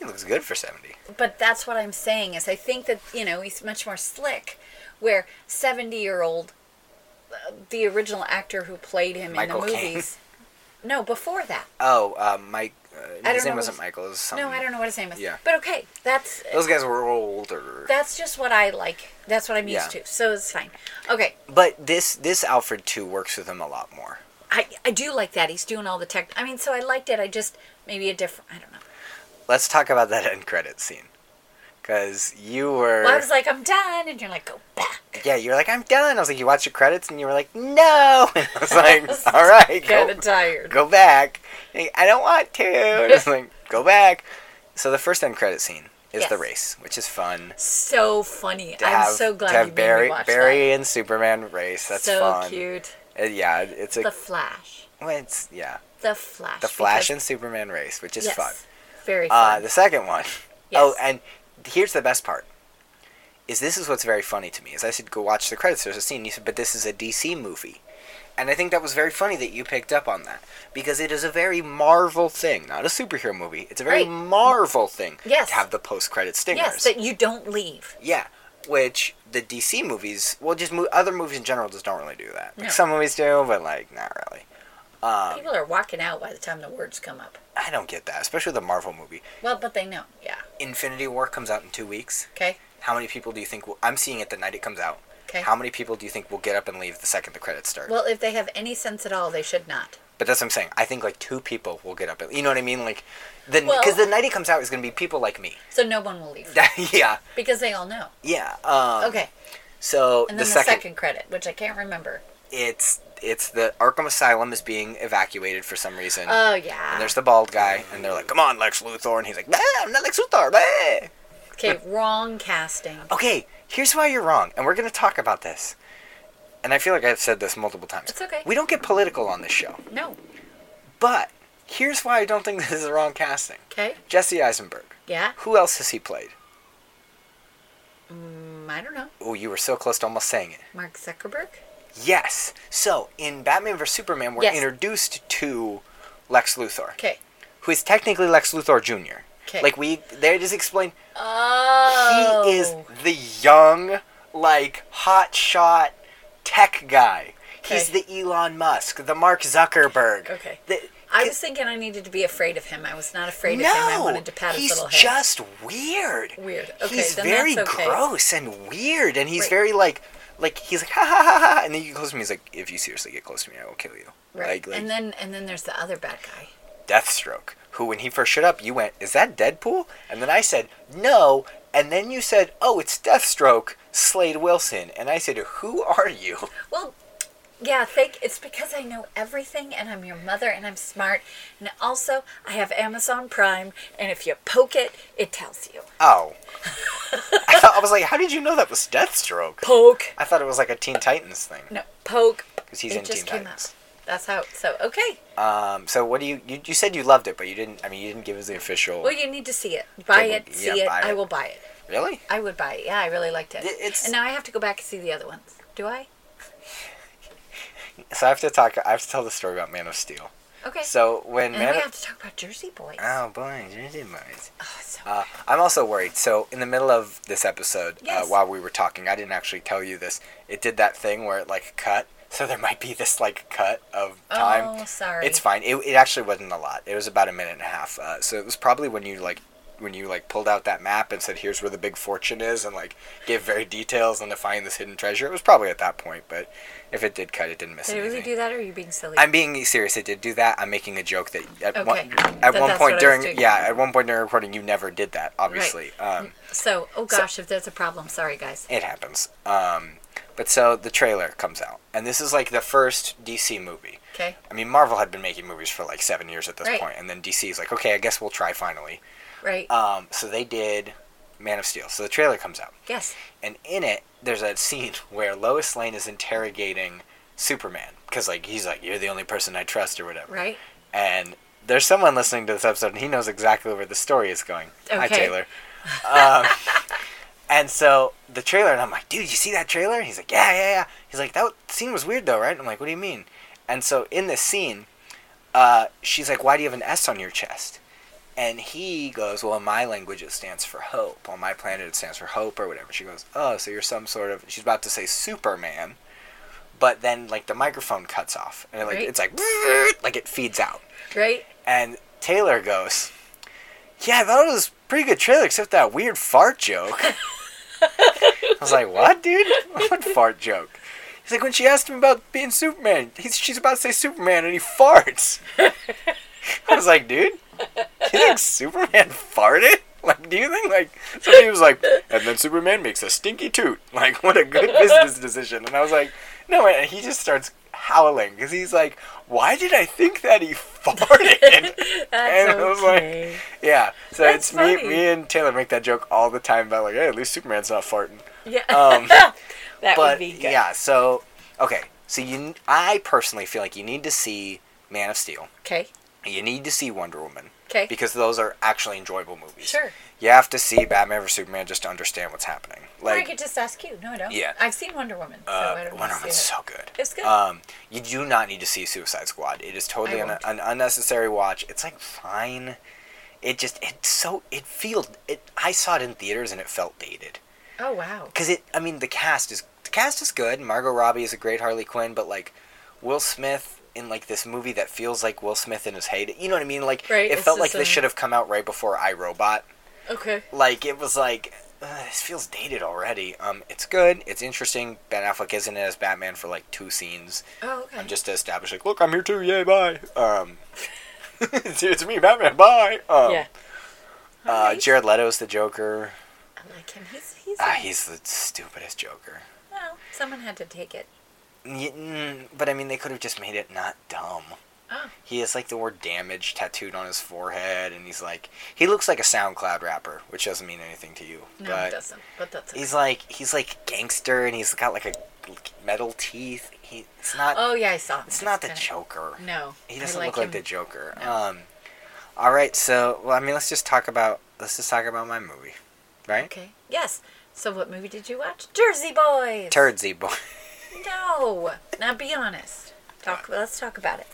A: He looks good for 70.
B: But that's what I'm saying is I think that, you know, he's much more slick, where 70 year old, uh, the original actor who played him
A: Michael
B: in the
A: Caine.
B: movies. No, before that.
A: Oh, uh, Mike. Uh,
B: I
A: his
B: don't
A: name
B: know
A: wasn't
B: what-
A: Michael. It was something.
B: No, I don't know what his name is.
A: Oh. Yeah. Oh.
B: But okay, that's
A: Those guys were older.
B: that's just what I like. That's what I'm used
A: Yeah.
B: to. So it's fine. Okay.
A: But this this Alfred too works with him a lot more.
B: I, I do like that. He's doing all the tech. I mean, so I liked it. I just, maybe a different, I don't know.
A: Let's talk about that <laughs> end credit scene, because you were.
B: Well, I was like, I'm done. And you're like, go back.
A: yeah, you were like, I'm done. I was like, you watch the credits, and you were like, no. <laughs> And I was
B: <laughs>
A: like, <laughs> all right,
B: kind
A: go,
B: of tired.
A: go back. And I don't want to. <laughs> And I
B: <laughs>
A: was like, go back. So the first end credit scene is the
B: Yes.
A: race, which is fun.
B: So funny.
A: To
B: I'm
A: have,
B: so glad
A: to have
B: you made
A: Barry,
B: me watch
A: Barry and Superman race.
B: that.
A: That's
B: so
A: fun.
B: cute.
A: Uh, yeah, it's a
B: The Flash.
A: well, it's yeah.
B: The Flash.
A: The Flash
B: because-
A: and Superman race, which is
B: yes,
A: fun.
B: Very
A: Uh,
B: fun.
A: the second one. Oh,
B: Yes.
A: and here's the best part. Is this is what's very funny to me is I said go watch the credits. There's a scene. You said, but this is a DC movie, and I think that was very funny that you picked up on that because it is a very Marvel thing, not a superhero movie. It's a very
B: Right.
A: Marvel thing.
B: Yes.
A: To have the post-credit stingers.
B: yes, that you don't leave.
A: Yeah, which the DC movies, well, just mo- other movies in general, just don't really do that. Like
B: No.
A: some movies do, but like not really. Um,
B: People are walking out by the time the words come up.
A: I don't get that, especially the Marvel movie.
B: Well, but they know. Yeah.
A: Infinity War comes out in two weeks.
B: Okay.
A: How many people do you think will? I'm seeing it the night it comes out.
B: Okay.
A: How many people do you think will get up and leave the second the credits start?
B: Well, if they have any sense at all, they should not.
A: but that's what I'm saying. I think like two people will get up. And, you know what I mean? Like, the
B: Well-
A: because the night it comes out is going to be people like me. <laughs>
B: So no one will leave
A: yeah,
B: because they all know.
A: yeah. Um,
B: Okay.
A: So
B: And then the, second, credit, which I can't remember.
A: it's it's the Arkham Asylum is being evacuated for some reason.
B: Oh yeah.
A: And there's the bald guy, and they're like, "Come on, Lex Luthor," and he's like, "Nah, I'm not Lex Luthor." Bah.
B: okay, wrong casting.
A: Okay, here's why you're wrong, and we're gonna talk about this. And I feel like I've said this multiple times.
B: It's okay.
A: We don't get political on this show,
B: No.
A: but here's why I don't think <laughs> this is the wrong casting.
B: Okay.
A: Jesse Eisenberg.
B: Yeah.
A: Who else has he played?
B: Mm, I don't know.
A: Oh, you were so close to almost saying it.
B: Mark Zuckerberg.
A: Yes. So in Batman vs Superman, we're
B: Yes.
A: introduced to Lex Luthor,
B: Okay.
A: who is technically Lex Luthor Jr.
B: 'Kay.
A: Like we, they just explain
B: Oh.
A: He is the young, like hot shot tech guy. He's
B: Okay.
A: the Elon Musk, the Mark Zuckerberg.
B: Okay.
A: The-
B: I was thinking I needed to be afraid of him. I was not afraid of him. I
A: no,
B: wanted to pat his
A: he's
B: little head.
A: just weird.
B: Weird. Okay,
A: he's
B: then
A: very
B: that's okay.
A: gross and weird, and he's
B: Right.
A: very like, like he's like ha ha ha ha, and then you get close to me. He's like, if you seriously get close to me, I will kill you.
B: right.
A: Like, like
B: and then and then there's the other bad guy.
A: Deathstroke, who when he first showed up, you went, "Is that Deadpool?" And then I said, "No." And then you said, "Oh, it's Deathstroke, Slade Wilson." And I said, "Who are you?"
B: Well, yeah, thank it's because I know everything and I'm your mother and I'm smart. And also I have Amazon Prime and if you poke it, it tells you. <laughs>
A: Oh. <laughs> I, thought, I was like, how did you know that was Deathstroke?
B: Poke.
A: I thought it was like a Teen Titans thing.
B: No, poke.
A: 'Cause he's
B: it
A: in
B: just
A: Teen
B: came
A: Titans.
B: up. That's how so okay.
A: Um, so what do you, you you said you loved it, but you didn't. I mean, you didn't give us the official.
B: Well you need to see it. Buy
A: Okay,
B: it,
A: well,
B: see
A: yeah,
B: it.
A: buy
B: I
A: it.
B: will buy it.
A: really?
B: I would buy it. Yeah, I really liked it.
A: It- it's-
B: And now I have to go back and see the other ones. Do I?
A: So I have to talk. I have to tell the story about Man of Steel.
B: Okay. Mm-hmm.
A: So when
B: and
A: Man,
B: we
A: of,
B: have to talk about Jersey Boys.
A: oh boy, Jersey Boys.
B: oh, it's so
A: Uh, I'm also worried. So, in the middle of this episode,
B: Yes.
A: uh, while we were talking, I didn't actually tell you this. It did that thing where it like cut. So there might be this like cut of time.
B: Oh, sorry.
A: It's fine. It, it actually wasn't a lot. It was about a minute and a half. Uh, so it was probably when you like when you like pulled out that map and said, "Here's where the big fortune is," and like gave very details on to find this hidden treasure. It was probably at that point. But if it did cut, it didn't miss
B: Did it
A: anything.
B: really do that, or are you being silly?
A: I'm being serious. It did do that. I'm making a joke that at one
B: Okay.
A: at
B: That-
A: one
B: that's what I
A: point
B: was
A: during
B: doing.
A: yeah at one point during recording you never did that. Obviously, um,
B: so, oh gosh, if there's a problem, sorry guys.
A: it happens. Um, but so the trailer comes out, and this is like the first DC movie.
B: Okay.
A: I mean, Marvel had been making movies for like seven years at this
B: Right.
A: point, and then DC is like, okay, I guess we'll try finally.
B: Right.
A: Um, so they did Man of Steel. So the trailer comes out.
B: yes.
A: And in it, there's a scene <laughs> where Lois Lane is interrogating Superman because, like, he's like, "You're the only person I trust," or whatever.
B: Right.
A: And there's someone listening to this episode, and he knows exactly where the story is going. Hi,
B: Okay.
A: Taylor. Um, <laughs> and so the trailer, and I'm like, "Dude, you see that trailer?" And he's like, "Yeah, yeah, yeah." He's like, "That scene was weird, though, right?" I'm like, "What do you mean?" And so in this scene, uh, she's like, "Why do you have an S on your chest?" And he goes, Well, in my language, it stands for hope. On my planet, it stands for hope or whatever. She goes, Oh, so you're some sort of. She's about to say Superman. But then, like, the microphone cuts off. And, it, like,
B: Right.
A: it's like, <laughs> like, it feeds out.
B: Right.
A: And Taylor goes, Yeah, I thought it was a pretty good trailer, except that weird fart joke. I was like, What, dude? What fart joke? He's like, When she asked him about being Superman, he's, she's about to say Superman, and he farts. I was like, Dude, do you think Superman farted? Like, do you think, like, somebody was like, and then Superman makes a stinky toot? Like, what a good business decision. And I was like, no, and he just starts howling because he's like, why did I think that he farted?
B: That's
A: And I was like,
B: okay.
A: Yeah, so
B: That's
A: it's me,
B: funny.
A: me and Taylor make that joke all the time about like, hey, at least Superman's not farting.
B: yeah.
A: Um,
B: <laughs> that would
A: but
B: be good.
A: yeah, so okay, so you, I personally feel like you need to see Man of Steel,
B: Okay.
A: and you need to see Wonder Woman,
B: Okay.
A: because those are actually enjoyable movies.
B: Sure.
A: You have to see Batman vs Superman just to understand what's happening.
B: Or I
A: Like
B: could just ask you. No, I don't.
A: Yeah.
B: I've seen Wonder Woman. So
A: uh,
B: I don't
A: Wonder
B: want to
A: Woman's
B: see
A: so good.
B: It's good.
A: Um, you do not need to see Suicide Squad. It is totally
B: I
A: an,
B: won't.
A: an unnecessary watch. It's like fine. It just it's so it feels it. I saw it in theaters and it felt dated
B: it. Oh wow.
A: because it. I mean the cast is the cast is good. Margot Robbie is a great Harley Quinn, but like Will Smith in like this movie that feels like Will Smith in his heyday. You know what I mean? Like
B: Right,
A: it
B: it's
A: felt like
B: just
A: this
B: a-
A: should have come out right before I Robot
B: Okay.
A: like it was like uh, this feels dated already. Um, it's good. It's interesting. Ben Affleck isn't it as Batman for like two scenes.
B: Oh okay.
A: I'm just to establish like, look, I'm here too. Yay, bye. Um, <laughs> it's it's me, Batman. Bye. Um,
B: yeah.
A: Uh,
B: Alright.
A: Jared Leto's the Joker.
B: I like him. He's he's.
A: Ah,
B: a-
A: he's the stupidest Joker.
B: well, someone had to take it.
A: Y- mm, But I mean, they could have just made it not dumb.
B: Oh.
A: He has like the word damage tattooed on his forehead, and he's like, he looks like a SoundCloud rapper, which doesn't mean anything to you.
B: No,
A: but
B: it doesn't. But that's. Okay.
A: He's like he's like gangster, and he's got like a metal teeth. He it's not
B: Oh yeah, I saw. Him.
A: it's not the
B: Kinda-
A: Joker.
B: No.
A: He
B: I
A: doesn't look like
B: him.
A: the Joker. Um, all right, so well, I mean, let's just talk about let's just talk about my movie, right?
B: Okay. Yes. So what movie did you watch? Jersey Boys.
A: Turdsy boy,
B: No. Now be honest. Talk.
A: Uh.
B: Let's talk about it.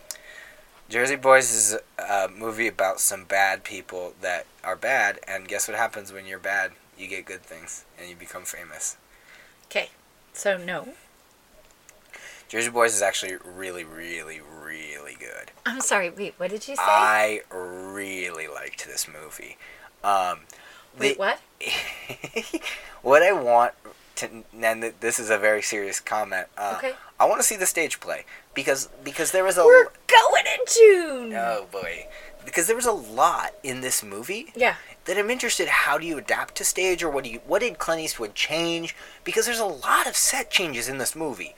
A: Jersey Boys is a movie about some bad people that are bad, and guess what happens when you're bad? You get good things, and you become famous.
B: Okay. So no.
A: Jersey Boys is actually really, really, really good.
B: I'm sorry. Wait. What did you say?
A: I really liked this movie. Um,
B: wait.
A: the-
B: What?
A: <laughs> what I want to, and th- this is a very serious comment. Uh,
B: Okay.
A: I want to see the stage play because because there was a
B: We're going in June.
A: oh boy because there was a lot in this movie
B: Yeah.
A: that I'm interested. How do you adapt to stage, or what do you what did Clint Eastwood change? Because there's a lot of set changes in this movie,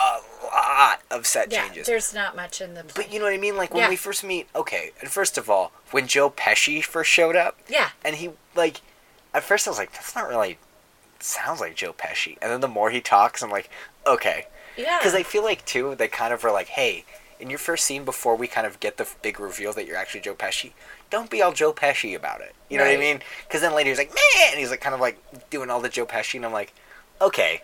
A: a lot of set
B: Yeah.
A: changes.
B: There's not much in the.
A: But you know what I mean? Like when
B: Yeah.
A: we first meet, okay. And first of all, when Joe Pesci first showed up,
B: Yeah.
A: and he like, at first I was like, that's not really sounds like Joe Pesci. And then the more he talks, I'm like, okay,
B: Yeah.
A: because I feel like too they kind of were like, hey, in your first scene before we kind of get the big reveal that you're actually Joe Pesci, don't be all Joe Pesci about it. You know what I
B: Right.
A: mean? Because then later he's like, man, and he's like kind of like doing all the Joe Pesci, and I'm like, okay,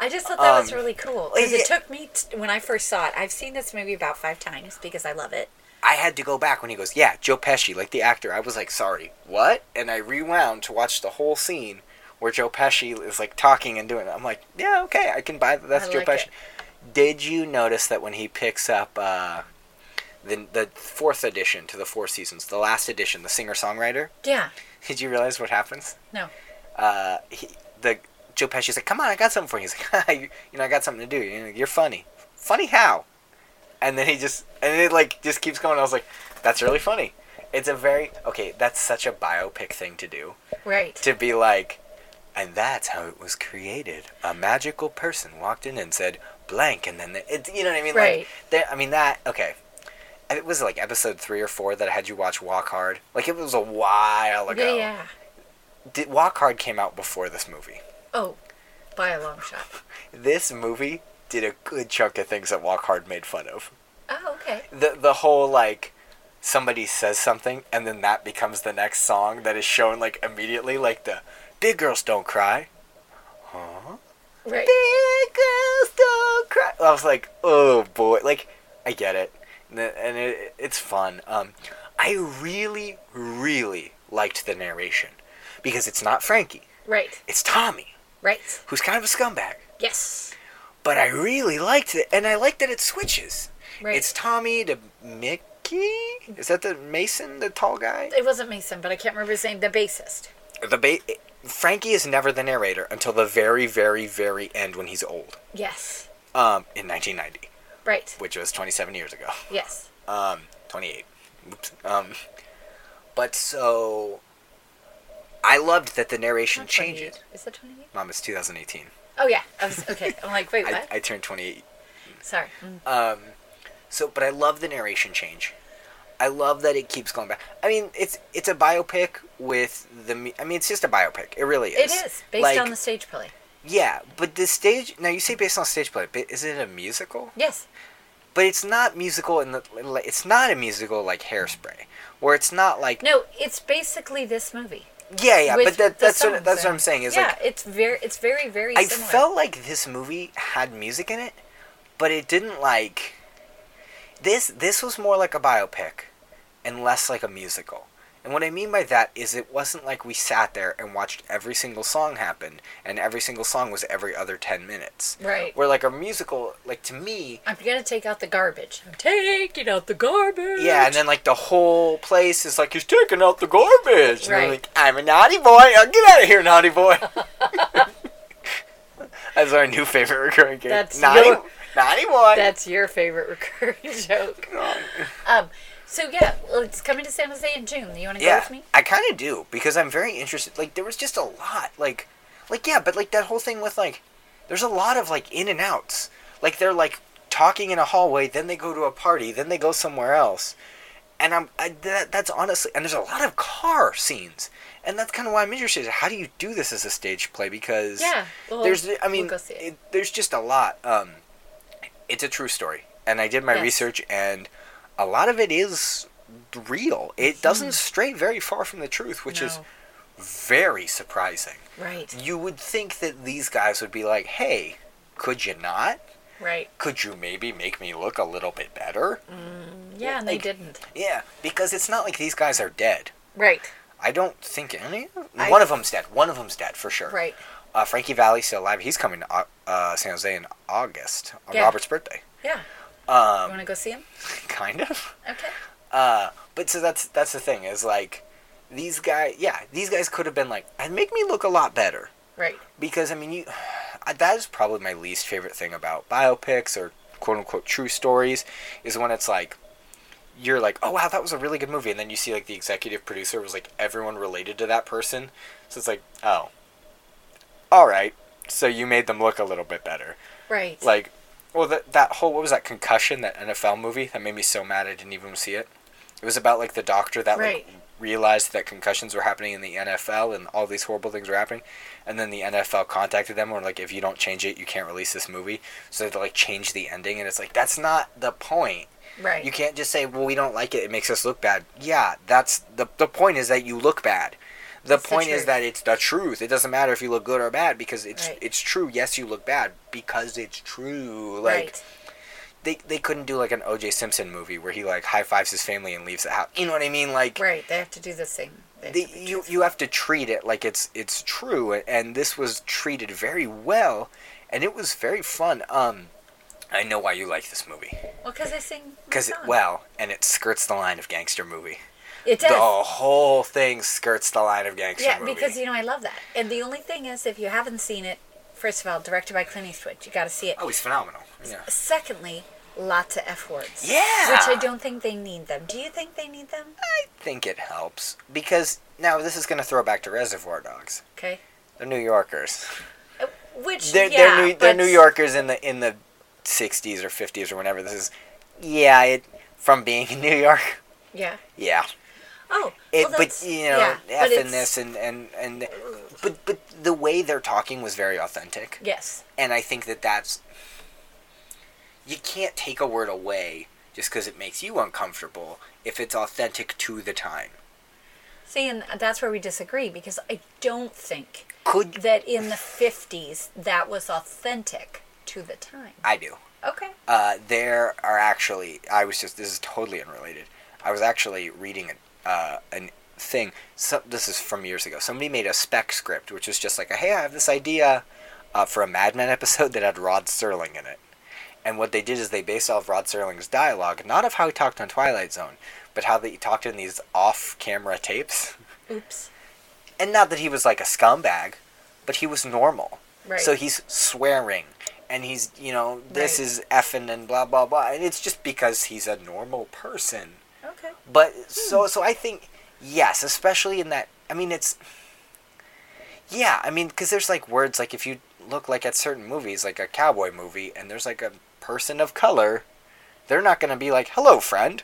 B: I just thought that was
A: Um,
B: really cool because
A: yeah.
B: it took me t- when I first saw it. I've seen this movie about five times because I love it.
A: I had to go back when he goes, yeah, Joe Pesci, like the actor. I was like, sorry, what? And I rewound to watch the whole scene where Joe Pesci is like talking and doing it. I'm like, yeah, okay, I can buy that. That's
B: I
A: Joe
B: like
A: Pesci.
B: it.
A: Did you notice that when he picks up uh, the the fourth edition to the Four Seasons, the last edition, the singer songwriter?
B: Yeah.
A: Did you realize what happens?
B: No.
A: Uh, he, the Joe Pesci's like, come on, I got something for you. He's like, <laughs> you, you know, I got something to do. You're, you're funny. Funny how? And then he just, and it like just keeps going. I was like, that's really funny. It's a very, okay, that's such a biopic thing to do.
B: Right.
A: To be like, and that's how it was created. A magical person walked in and said, blank, and then, the, it's you know what I mean?
B: Right.
A: Like, they, I mean, that, okay. I- It was like episode three or four that I had you watch Walk Hard. Like it was a while ago.
B: Yeah.
A: Did, Walk Hard came out before this movie.
B: Oh, by a long shot.
A: This movie did a good chunk of things that Walk Hard made fun of.
B: Oh, okay.
A: the the whole like somebody says something and then that becomes the next song that is shown like immediately like the big girls don't cry
B: Right.
A: big girls don't cry i was like oh boy like i get it and it- and it, it's fun um i really really liked the narration because it's not frankie
B: Right.
A: it's tommy
B: Right.
A: who's kind of a scumbag
B: Yes.
A: but i really liked it and i like that it switches
B: Right.
A: It's Tommy to Mickey. Is that the Mason, the tall guy?
B: it wasn't Mason, but I can't remember his name. The bassist.
A: The ba- Frankie is never the narrator until the very, very, very end when he's old.
B: Yes.
A: Um, in 1990,
B: Right.
A: which was 27 years ago.
B: Yes.
A: Um, 28. Oops. Um, but so I loved that the narration
B: Not
A: changes.
B: 28. Is that 28?
A: Mom, it's 2018.
B: Oh, yeah. I was, okay. I'm like,
A: <laughs>
B: wait,
A: I,
B: what?
A: I turned 28
B: Sorry.
A: Um, so, but I love the narration change. I love that it keeps going back. I mean, it's it's a biopic with the. mu- I mean, it's just a biopic. It really
B: It
A: is.
B: is based
A: Like,
B: on the stage play.
A: Yeah, but the stage. Now you say based on stage play, but is it a musical?
B: Yes.
A: But it's not musical in the. like, It's not a musical like Hairspray, where it's not like.
B: No, it's basically this movie.
A: yeah, yeah.
B: with
A: But that,
B: the
A: that's what
B: songs
A: that's what
B: and-
A: I'm saying. Is
B: yeah,
A: like
B: it's very, it's very, very.
A: I
B: similar.
A: felt like this movie had music in it, but it didn't like this this was more like a biopic and less like a musical. And what I mean by that is it wasn't like we sat there and watched every single song happen and every single song was every other 10 minutes.
B: Right.
A: Where like a musical like to me
B: I'm gonna take out the garbage. I'm taking out the garbage.
A: yeah, and then like the whole place is like he's taking out the garbage. And I'm
B: Right.
A: like, I'm a naughty boy. Oh, get out of here, naughty
B: <laughs>
A: boy. <laughs> That's our new favorite recurring game.
B: That's
A: naughty,
B: your-
A: naughty boy. Oh,
B: That's your favorite recurring <laughs> joke. Um, so yeah, well, it's coming to San Jose in June. You want to go
A: yeah,
B: with me?
A: I kind of do because I'm very interested. Like there was just a lot. Like, like yeah, but like that whole thing with like, there's a lot of like in and outs. Like they're like talking in a hallway, then they go to a party, then they go somewhere else. And I'm I, that, that's honestly, and there's a lot of car scenes, and that's kind of why I'm interested. How do you do this as a stage play? Because
B: Yeah, well,
A: there's I
B: we'll
A: mean,
B: go see it.
A: it- there's just a lot. Um, it's a true story, and I did my
B: Yes.
A: research, and a lot of it is real. It doesn't stray very far from the truth, which is
B: Mm-hmm. No.
A: very surprising.
B: Right.
A: You would think that these guys would be like, "Hey, could you not?
B: Right.
A: Could you maybe make me look a little bit better?"
B: Mm. Yeah, and they
A: like-
B: didn't.
A: Yeah, because it's not like these guys are dead.
B: Right.
A: I don't think any.
B: I-
A: one of them's dead. One of them's dead for sure.
B: Right.
A: Uh, Frankie Valley's still alive. He's coming to Au- uh, San Jose in August on
B: Yeah.
A: Robert's birthday. <laughs>
B: Yeah. you
A: Um,
B: want to go see him?
A: kind of.
B: Okay.
A: Uh, but so that's that's the thing is like these guys. Yeah, these guys could have been like, "Uh, make me look a lot better
B: Right.
A: because I mean you. <sighs> That is probably my least favorite thing about biopics or quote unquote true stories is when it's like you're like, oh wow, that was a really good movie, and then you see like the executive producer was like everyone related to that person, so it's like, oh, all right, so you made them look a little bit better.
B: Right.
A: Like, well, that that whole what was that concussion that NFL movie that made me so mad I didn't even see it. It was about like the doctor that
B: Right.
A: like realized that concussions were happening in the NFL and all these horrible things were happening, and then the NFL contacted them and were like, if you don't change it, you can't release this movie. So they had to, like change the ending, and it's like that's not the point.
B: right.
A: You can't just say, well, we don't like it. It makes us look bad. Yeah, that's the the point is that you look bad. The
B: That's the
A: point is
B: truth.
A: that it's the truth. It doesn't matter if you look good or bad because it's
B: Right.
A: it's true. Yes, you look bad because it's true. Like
B: right.
A: they they couldn't do like an O.J. Simpson movie where he like high fives his family and leaves the house. You know what I mean? Like
B: Right. They have to do the same. They have
A: the,
B: to be
A: you you have to treat it like it's it's true and this was treated very well and it was very fun um i know why you like this movie
B: truthful. Well, because I sing. my
A: because it
B: song.
A: well and it skirts the line of gangster movie
B: it does.
A: the whole thing skirts the line of gangster
B: yeah,
A: movie
B: because you know I love that. And the only thing is, if you haven't seen it, first of all, directed by Clint Eastwood, you got to see it.
A: oh he's phenomenal yeah
B: Secondly, lots of f words.
A: yeah
B: Which I don't think they need them. Do you think they need them?
A: think it helps because now this is going to throw back to reservoir dogs
B: Okay.
A: they're new yorkers
B: Uh, Which
A: they're,
B: yeah,
A: they're, new, they're
B: but-
A: New Yorkers in the in the 60s or 50s or whenever this is. Yeah, it from being in New York.
B: Yeah.
A: Yeah.
B: Oh,
A: It,
B: well,
A: but
B: that's-
A: you know,
B: yeah, but
A: f
B: it's-
A: and this and and and, but but the way they're talking was very authentic,
B: Yes.
A: and I think that that's you can't take a word away just because it makes you uncomfortable if it's authentic to the time.
B: See, and that's where we disagree because I don't think
A: Could
B: that in the 50s that was authentic to the time.
A: I do?
B: Okay.
A: Uh, there are actually I was just this is totally unrelated. I was actually reading a uh, an thing. So, this is from years ago. Somebody made a spec script, which was just like, a, "Hey, I have this idea uh, for a Mad Men <laughs> episode that had Rod Serling in it." And what they did is they based off Rod Serling's dialogue, not of how he talked on Twilight Zone, but how they talked in these off-camera tapes.
B: Oops.
A: And not that he was like a scumbag, but he was normal.
B: Right.
A: So he's swearing and he's, you know, this
B: Right.
A: is effing and blah blah blah. And it's just because he's a normal person.
B: Okay.
A: But
B: Hmm.
A: so so I think yes, especially in that I mean it's yeah, I mean cuz there's like words like if you look like at certain movies like a cowboy movie and there's like a person of color, they're not going to be like, "Hello, friend."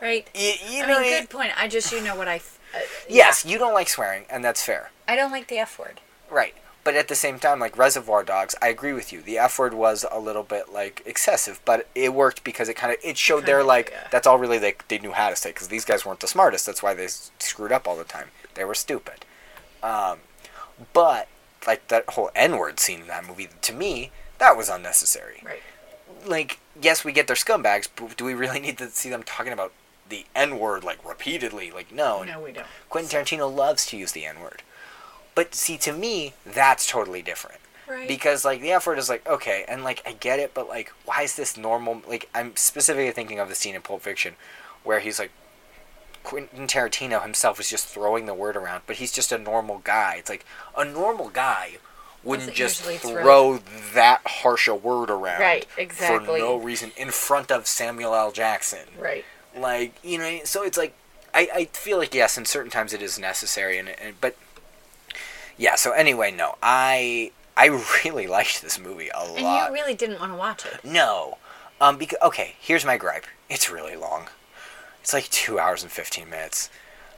B: Right.
A: You, you
B: I
A: know
B: mean, good point. I just, you know what I. f- Uh,
A: <sighs> Yes, you don't like swearing, and that's fair.
B: I don't like the F word.
A: Right. But at the same time, like Reservoir Dogs, I agree with you. The F word was a little bit like excessive, but it worked because it kind of it showed they're
B: Kinda,
A: like
B: yeah.
A: that's all really they they knew how to say because these guys weren't the smartest. That's why they s- screwed up all the time. They were stupid. Um, but like that whole N word scene in that movie, to me, that was unnecessary
B: Right.
A: like yes we get they're scumbags but do we really <laughs> need to see them talking about the n word like repeatedly like no
B: Oh, No, we don't.
A: quentin tarantino loves to use the n word but see to me that's totally different
B: Right.
A: because like the f word is like okay and like i get it but like why is this normal like i'm specifically thinking of the scene in pulp fiction where he's like quentin tarantino himself is just throwing the word around but he's just a normal guy it's like a normal guy wouldn't
B: Doesn't
A: just
B: usually throw-
A: throw that harsh a word around
B: Right,
A: for
B: exactly.
A: no reason in front of Samuel L. Jackson.
B: Right.
A: Like you know, so it's like I, I feel like yes, in certain times it is necessary, and, and but yeah. So anyway, no, I I <laughs> really liked this movie a
B: And
A: lot.
B: you really didn't want to watch it.
A: no, um, because okay, here's my gripe. It's really long. It's like two hours and fifteen minutes.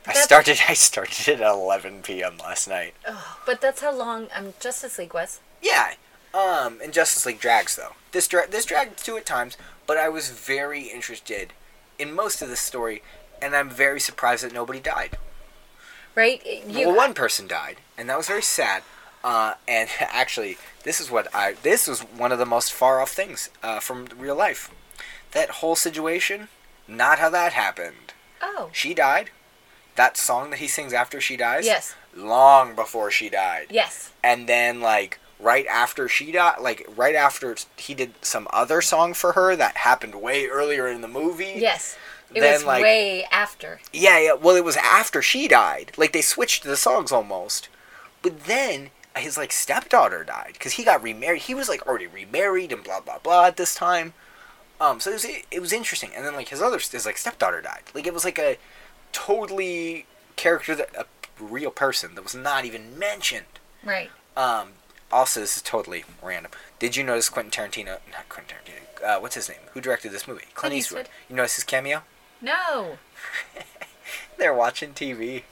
A: I
B: That's-
A: started <laughs> I started it at eleven p.m. last night.
B: Oh, but that's how long um, Justice League was.
A: Yeah. Um, and Justice League drags though. This dra- this dragged two at times, but I was very interested in most of the story, and I'm very surprised that nobody died.
B: Right? It- You,
A: well, one person died, and that was very sad. Uh, and <laughs> actually, this is what I this was one of the most far off things uh, from real life. That whole situation, not how that happened.
B: Oh.
A: She died. That song that he sings after she dies.
B: Yes.
A: Long before she died
B: Yes.
A: and then like right after she died like right after he did some other song for her that happened way earlier in the movie
B: Yes. It
A: Then,
B: was
A: like-
B: way after.
A: yeah yeah well it was after she died like they switched the songs almost but then his like stepdaughter died because he got remarried he was like already remarried and blah blah blah at this time um so it was it was interesting and then like his other his like stepdaughter died like it was like a totally character that a real person that was not even mentioned
B: Right.
A: um, also, this is totally random. Did you notice Quentin Tarantino? Not Quentin Tarantino. Uh, what's his name? Who directed this movie? Clint,
B: Clint
A: Eastwood.
B: Eastwood.
A: You notice his cameo?
B: No.
A: They're watching TV,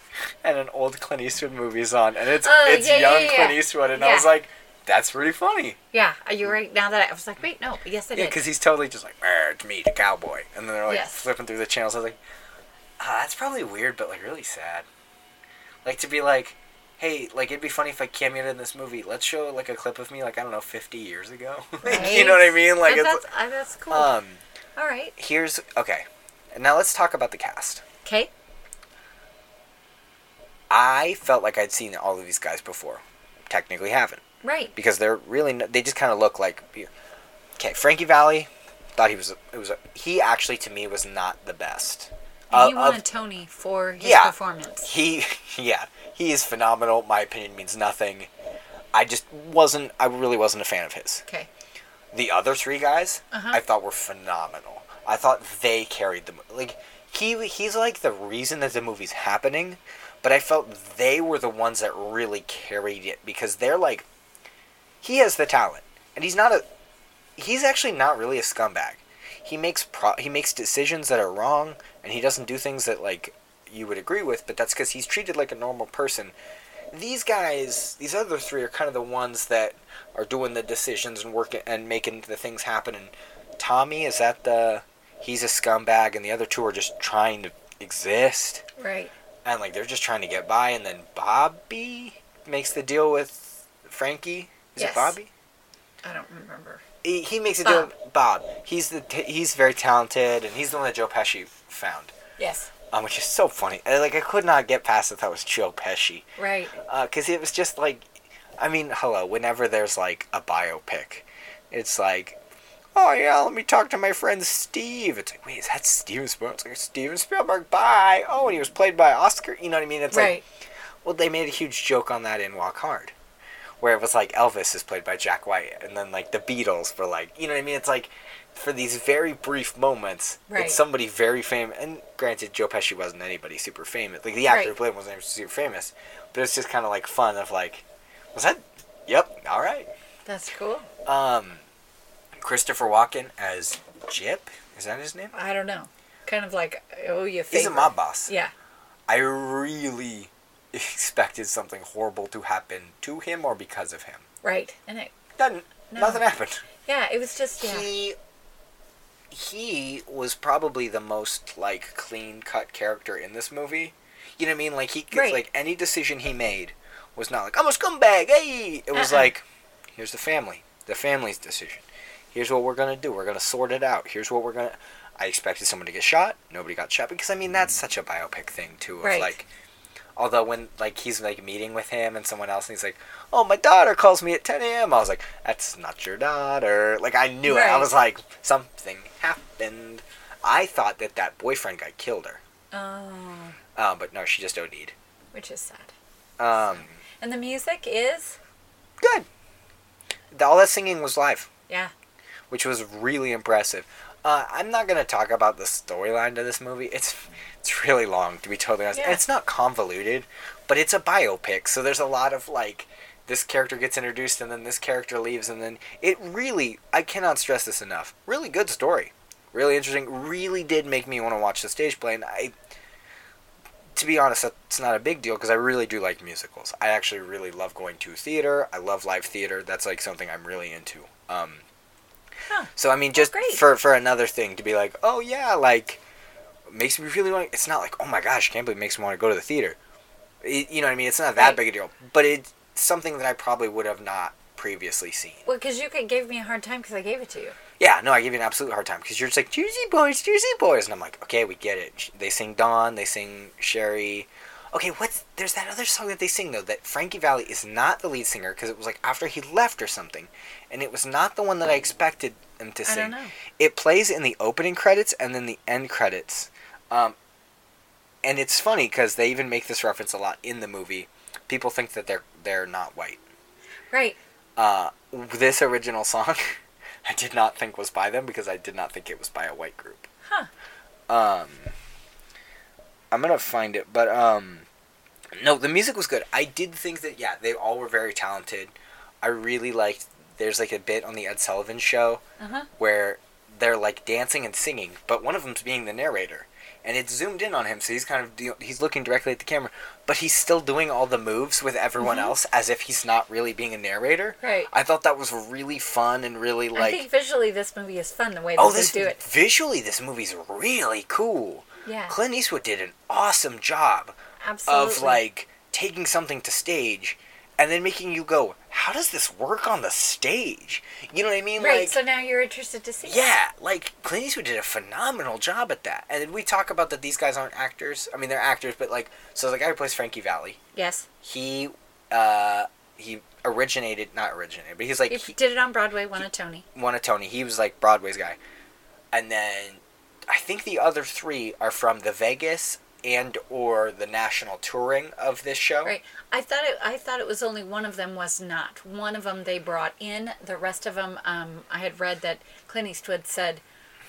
A: and an old Clint Eastwood movie's on, and it's
B: Oh,
A: it's
B: yeah, yeah,
A: young
B: yeah.
A: Clint Eastwood, and I was
B: Yeah.
A: like, that's pretty funny.
B: Yeah. Are you right? Now that I, I was like, wait, no. Yes, I
A: Yeah,
B: did.
A: because he's totally just like, "Arr, it's me, the cowboy, and then they're like
B: Yes.
A: flipping through the channels. I was like, ah, that's probably weird, but like really sad. Like to be like. Hey, like it'd be funny if I cameoed in this movie. Let's show like a clip of me, like I don't know, fifty years ago. <laughs> Like, <laughs> you know what I
B: Right?
A: mean? Like
B: But
A: it's
B: that's, uh, that's cool.
A: Um,
B: All right.
A: here's okay. Now let's talk about the cast.
B: Okay.
A: I felt like I'd seen all of these guys before. Technically, haven't
B: Right.
A: because they're really n- they just kind of look like. Okay, Frankie Valley thought he was it was a, he actually to me was not the best.
B: And he
A: Of-
B: won
A: Uh, of-
B: a Tony for his
A: Yeah.
B: performance.
A: He <laughs> yeah he is phenomenal. My opinion means nothing. I just wasn't. I really wasn't a fan of his.
B: Okay.
A: the other three guys
B: Uh-huh.
A: I thought were phenomenal. I thought they carried the mo- like he he's like the reason that the movie's happening, but I felt they were the ones that really carried it because they're like he has the talent and he's not a he's actually not really a scumbag. he makes pro- he makes decisions that are wrong, and he doesn't do things that like you would agree with. But that's because he's treated like a normal person. These guys, these other three, are kind of the ones that are doing the decisions and working and making the things happen. And Tommy is that the he's a scumbag, and the other two are just trying to exist
B: Right.
A: and like they're just trying to get by and then bobby makes the deal with frankie is
B: Yes.
A: it bobby
B: I don't remember.
A: he, he makes a deal
B: Bob.
A: with bob he's the t- he's very talented and he's the one that joe pesci found
B: Yes.
A: um, which is so funny And, like i could not get past that that was joe pesci
B: Right.
A: because Uh, it was just like i mean hello whenever there's like a biopic it's like oh yeah let me talk to my friend steve it's like wait is that steven spielberg it's like steven spielberg bye oh and he was played by oscar you know what i mean it's like
B: right.
A: well, they made a huge joke on that in Walk Hard, where it was like Elvis is played by Jack White, and then like the Beatles were like, you know what I mean? It's like for these very brief moments,
B: Right.
A: it's somebody very famous. And granted, Joe Pesci wasn't anybody super famous. Like the actor who
B: Right.
A: played him wasn't super famous, but it's just kind of like fun of like, was that? Yep, all right.
B: That's cool.
A: Um, Christopher Walken as Jip. Is that his name?
B: I don't know. Kind of like oh you.
A: He's a
B: favor.
A: mob boss.
B: Yeah.
A: I really <laughs> expected something horrible to happen to him or because of him.
B: Right. And it.
A: Doesn't.
B: No.
A: Nothing happened.
B: Yeah. It was just yeah.
A: He he was probably the most like clean cut character in this movie. You know what I mean? Like he 'cause,
B: Right.
A: like any decision he made was not like I'm a scumbag. Hey, it was
B: Uh-uh.
A: like here's the family, the family's decision. Here's what we're gonna do. We're gonna sort it out. Here's what we're gonna. I expected someone to get shot. Nobody got shot because I mean that's such a biopic thing too. Of
B: Right.
A: like, although when like he's like meeting with him and someone else and he's like, oh my daughter calls me at 10 a.m. I was like, that's not your daughter. Like I knew it. I
B: Right.
A: was like something happened. I thought that that boyfriend guy killed her,
B: Oh,
A: um, but no, she just OD'd.
B: which is sad.
A: Um,
B: And the music is
A: good. The- All that singing was live.
B: yeah.
A: which was really impressive. Uh, I'm not gonna talk about the storyline to this movie. It's it's really long to be totally honest. And
B: Yeah.
A: it's not convoluted, but it's a biopic, so there's a lot of like this character gets introduced and then this character leaves and then it really I cannot stress this enough. Really good story. Really interesting. Really did make me want to watch the stage play and I to be honest, that's not a big deal because I really do like musicals. I actually really love going to theater. I love live theater. That's like something I'm really into. Um,
B: Huh.
A: so I mean, just
B: great.
A: for for another thing to be like, oh yeah, like makes me really want. It's not like oh my gosh, can't believe it makes me want to go to the theater. It- you know what I mean? It's not that
B: Right.
A: big a deal, but it's something that I probably would have not previously seen.
B: Well, because you could- gave me a hard time because I gave it to you.
A: Yeah, no, I give you an absolute hard time because you're just like Jersey Boys, Jersey Boys, and I'm like, okay, we get it. They sing Dawn, they sing Sherry. Okay, what's there's that other song that they sing though that Frankie Valley is not the lead singer because it was like after he left or something, and it was not the one that I expected him to
B: I
A: sing.
B: don't know.
A: It plays in the opening credits and then the end credits, um, and it's funny because they even make this reference a lot in the movie. People think that they're they're not white
B: Right.
A: uh, this original song <laughs> I did not think was by them because I did not think it was by a white group.
B: Huh.
A: Um, I'm gonna find it, but um, no, the music was good. I did think that yeah, they all were very talented. I really liked. There's like a bit on the Ed Sullivan show
B: Uh huh.
A: where they're like dancing and singing, but one of them's being the narrator, and it's zoomed in on him, so he's kind of de- he's looking directly at the camera, but he's still doing all the moves with everyone else as if he's not really being a narrator.
B: Mm-hmm. Right.
A: I thought that was really fun and really
B: I
A: like
B: think visually this movie is fun the way that
A: oh
B: they
A: this
B: do it.
A: visually this movie's really cool.
B: Yeah.
A: Clint Eastwood did an awesome job
B: Absolutely.
A: of like taking something to stage and then making you go, how does this work on the stage? You know what I mean?
B: right.
A: like,
B: so now you're interested to see. it.
A: yeah, like Clint Eastwood did a phenomenal job at that. And we talk about that these guys aren't actors. I mean, they're actors, but like, so the guy who plays Frankie Valley,
B: Yes.
A: he, uh, he originated, not originated, but he's like,
B: He
A: he
B: did it on Broadway. Won a Tony.
A: won a Tony. He was like Broadway's guy. And then I think the other three are from the Vegas and or the national touring of this show.
B: Right. I thought it. I thought it was only one of them was not. One of them they brought in. The rest of them, um, I had read that Clint Eastwood said,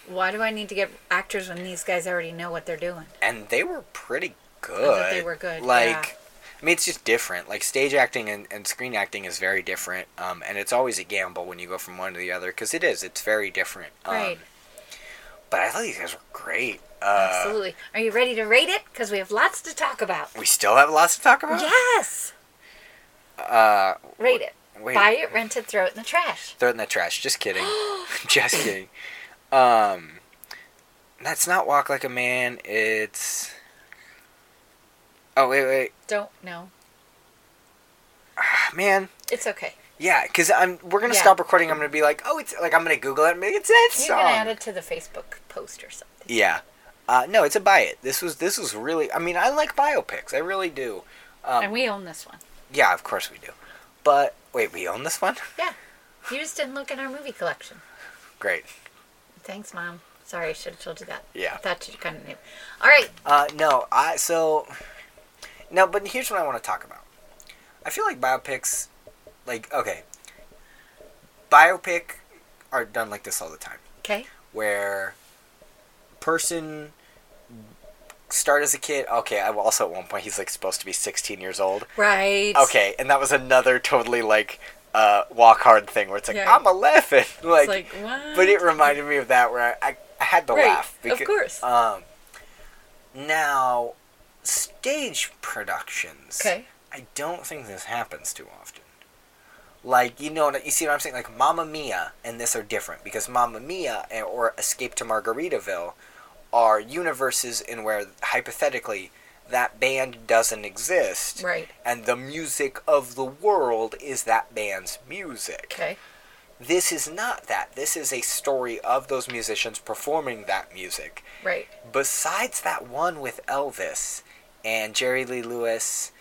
B: "Why do I need to get actors when these guys already know what they're doing?"
A: and they were pretty good.
B: thought they were good,
A: Like,
B: yeah.
A: I mean, it's just different. Like stage acting and, and screen acting is very different, um, and it's always a gamble when you go from one to the other because it is. It's very different. Um,
B: Right.
A: But I thought these guys were great. Uh,
B: Absolutely. Are you ready to rate it? Because we have lots to talk about.
A: we still have lots to talk about.
B: Yes.
A: Uh,
B: Rate it.
A: wait.
B: Buy it, rent it, throw it in the trash.
A: Throw it in the trash. Just
B: <gasps>
A: kidding. <laughs> Just kidding. Um, that's not Walk Like a Man. It's. Oh, wait, wait.
B: Don't know.
A: Ah, Man.
B: It's okay.
A: Yeah, because I'm we're gonna
B: Yeah.
A: stop recording. I'm gonna be like, oh, it's like I'm gonna Google it and be like, it's that
B: You
A: song.
B: can add it to the Facebook post or something.
A: Yeah, uh, no, it's a buy it. This was this was really. I mean, I like biopics. I really do. Um,
B: and we own this one.
A: yeah, of course we do. But wait, we own this one. <laughs>
B: Yeah. You just didn't look at our movie collection.
A: Great.
B: Thanks, Mom. Sorry, I should have told you that.
A: Yeah.
B: I thought you kind of knew. All right.
A: Uh, no, I so no, but here's what I want to talk about. I feel like biopics, like okay, biopic are done like this all the time,
B: Okay.
A: where person start as a kid. Okay, I also at one point he's like supposed to be 16 years old.
B: Right.
A: Okay, and that was another totally like uh, walk hard thing where it's like
B: Yeah.
A: I'm 11, <laughs> like,
B: It's like, what?
A: but it reminded me of that where I, I, I had to
B: Right,
A: laugh.
B: of course.
A: Um, now, stage productions.
B: Okay.
A: I don't think this happens too often. Like you know, you see what I'm saying? Like Mamma Mia and this are different because Mamma Mia and, or Escape to Margaritaville are universes in where hypothetically that band doesn't exist,
B: Right.
A: and the music of the world is that band's music
B: Okay.
A: this is not that. This is a story of those musicians performing that music.
B: Right.
A: Besides that one with Elvis and Jerry Lee Lewis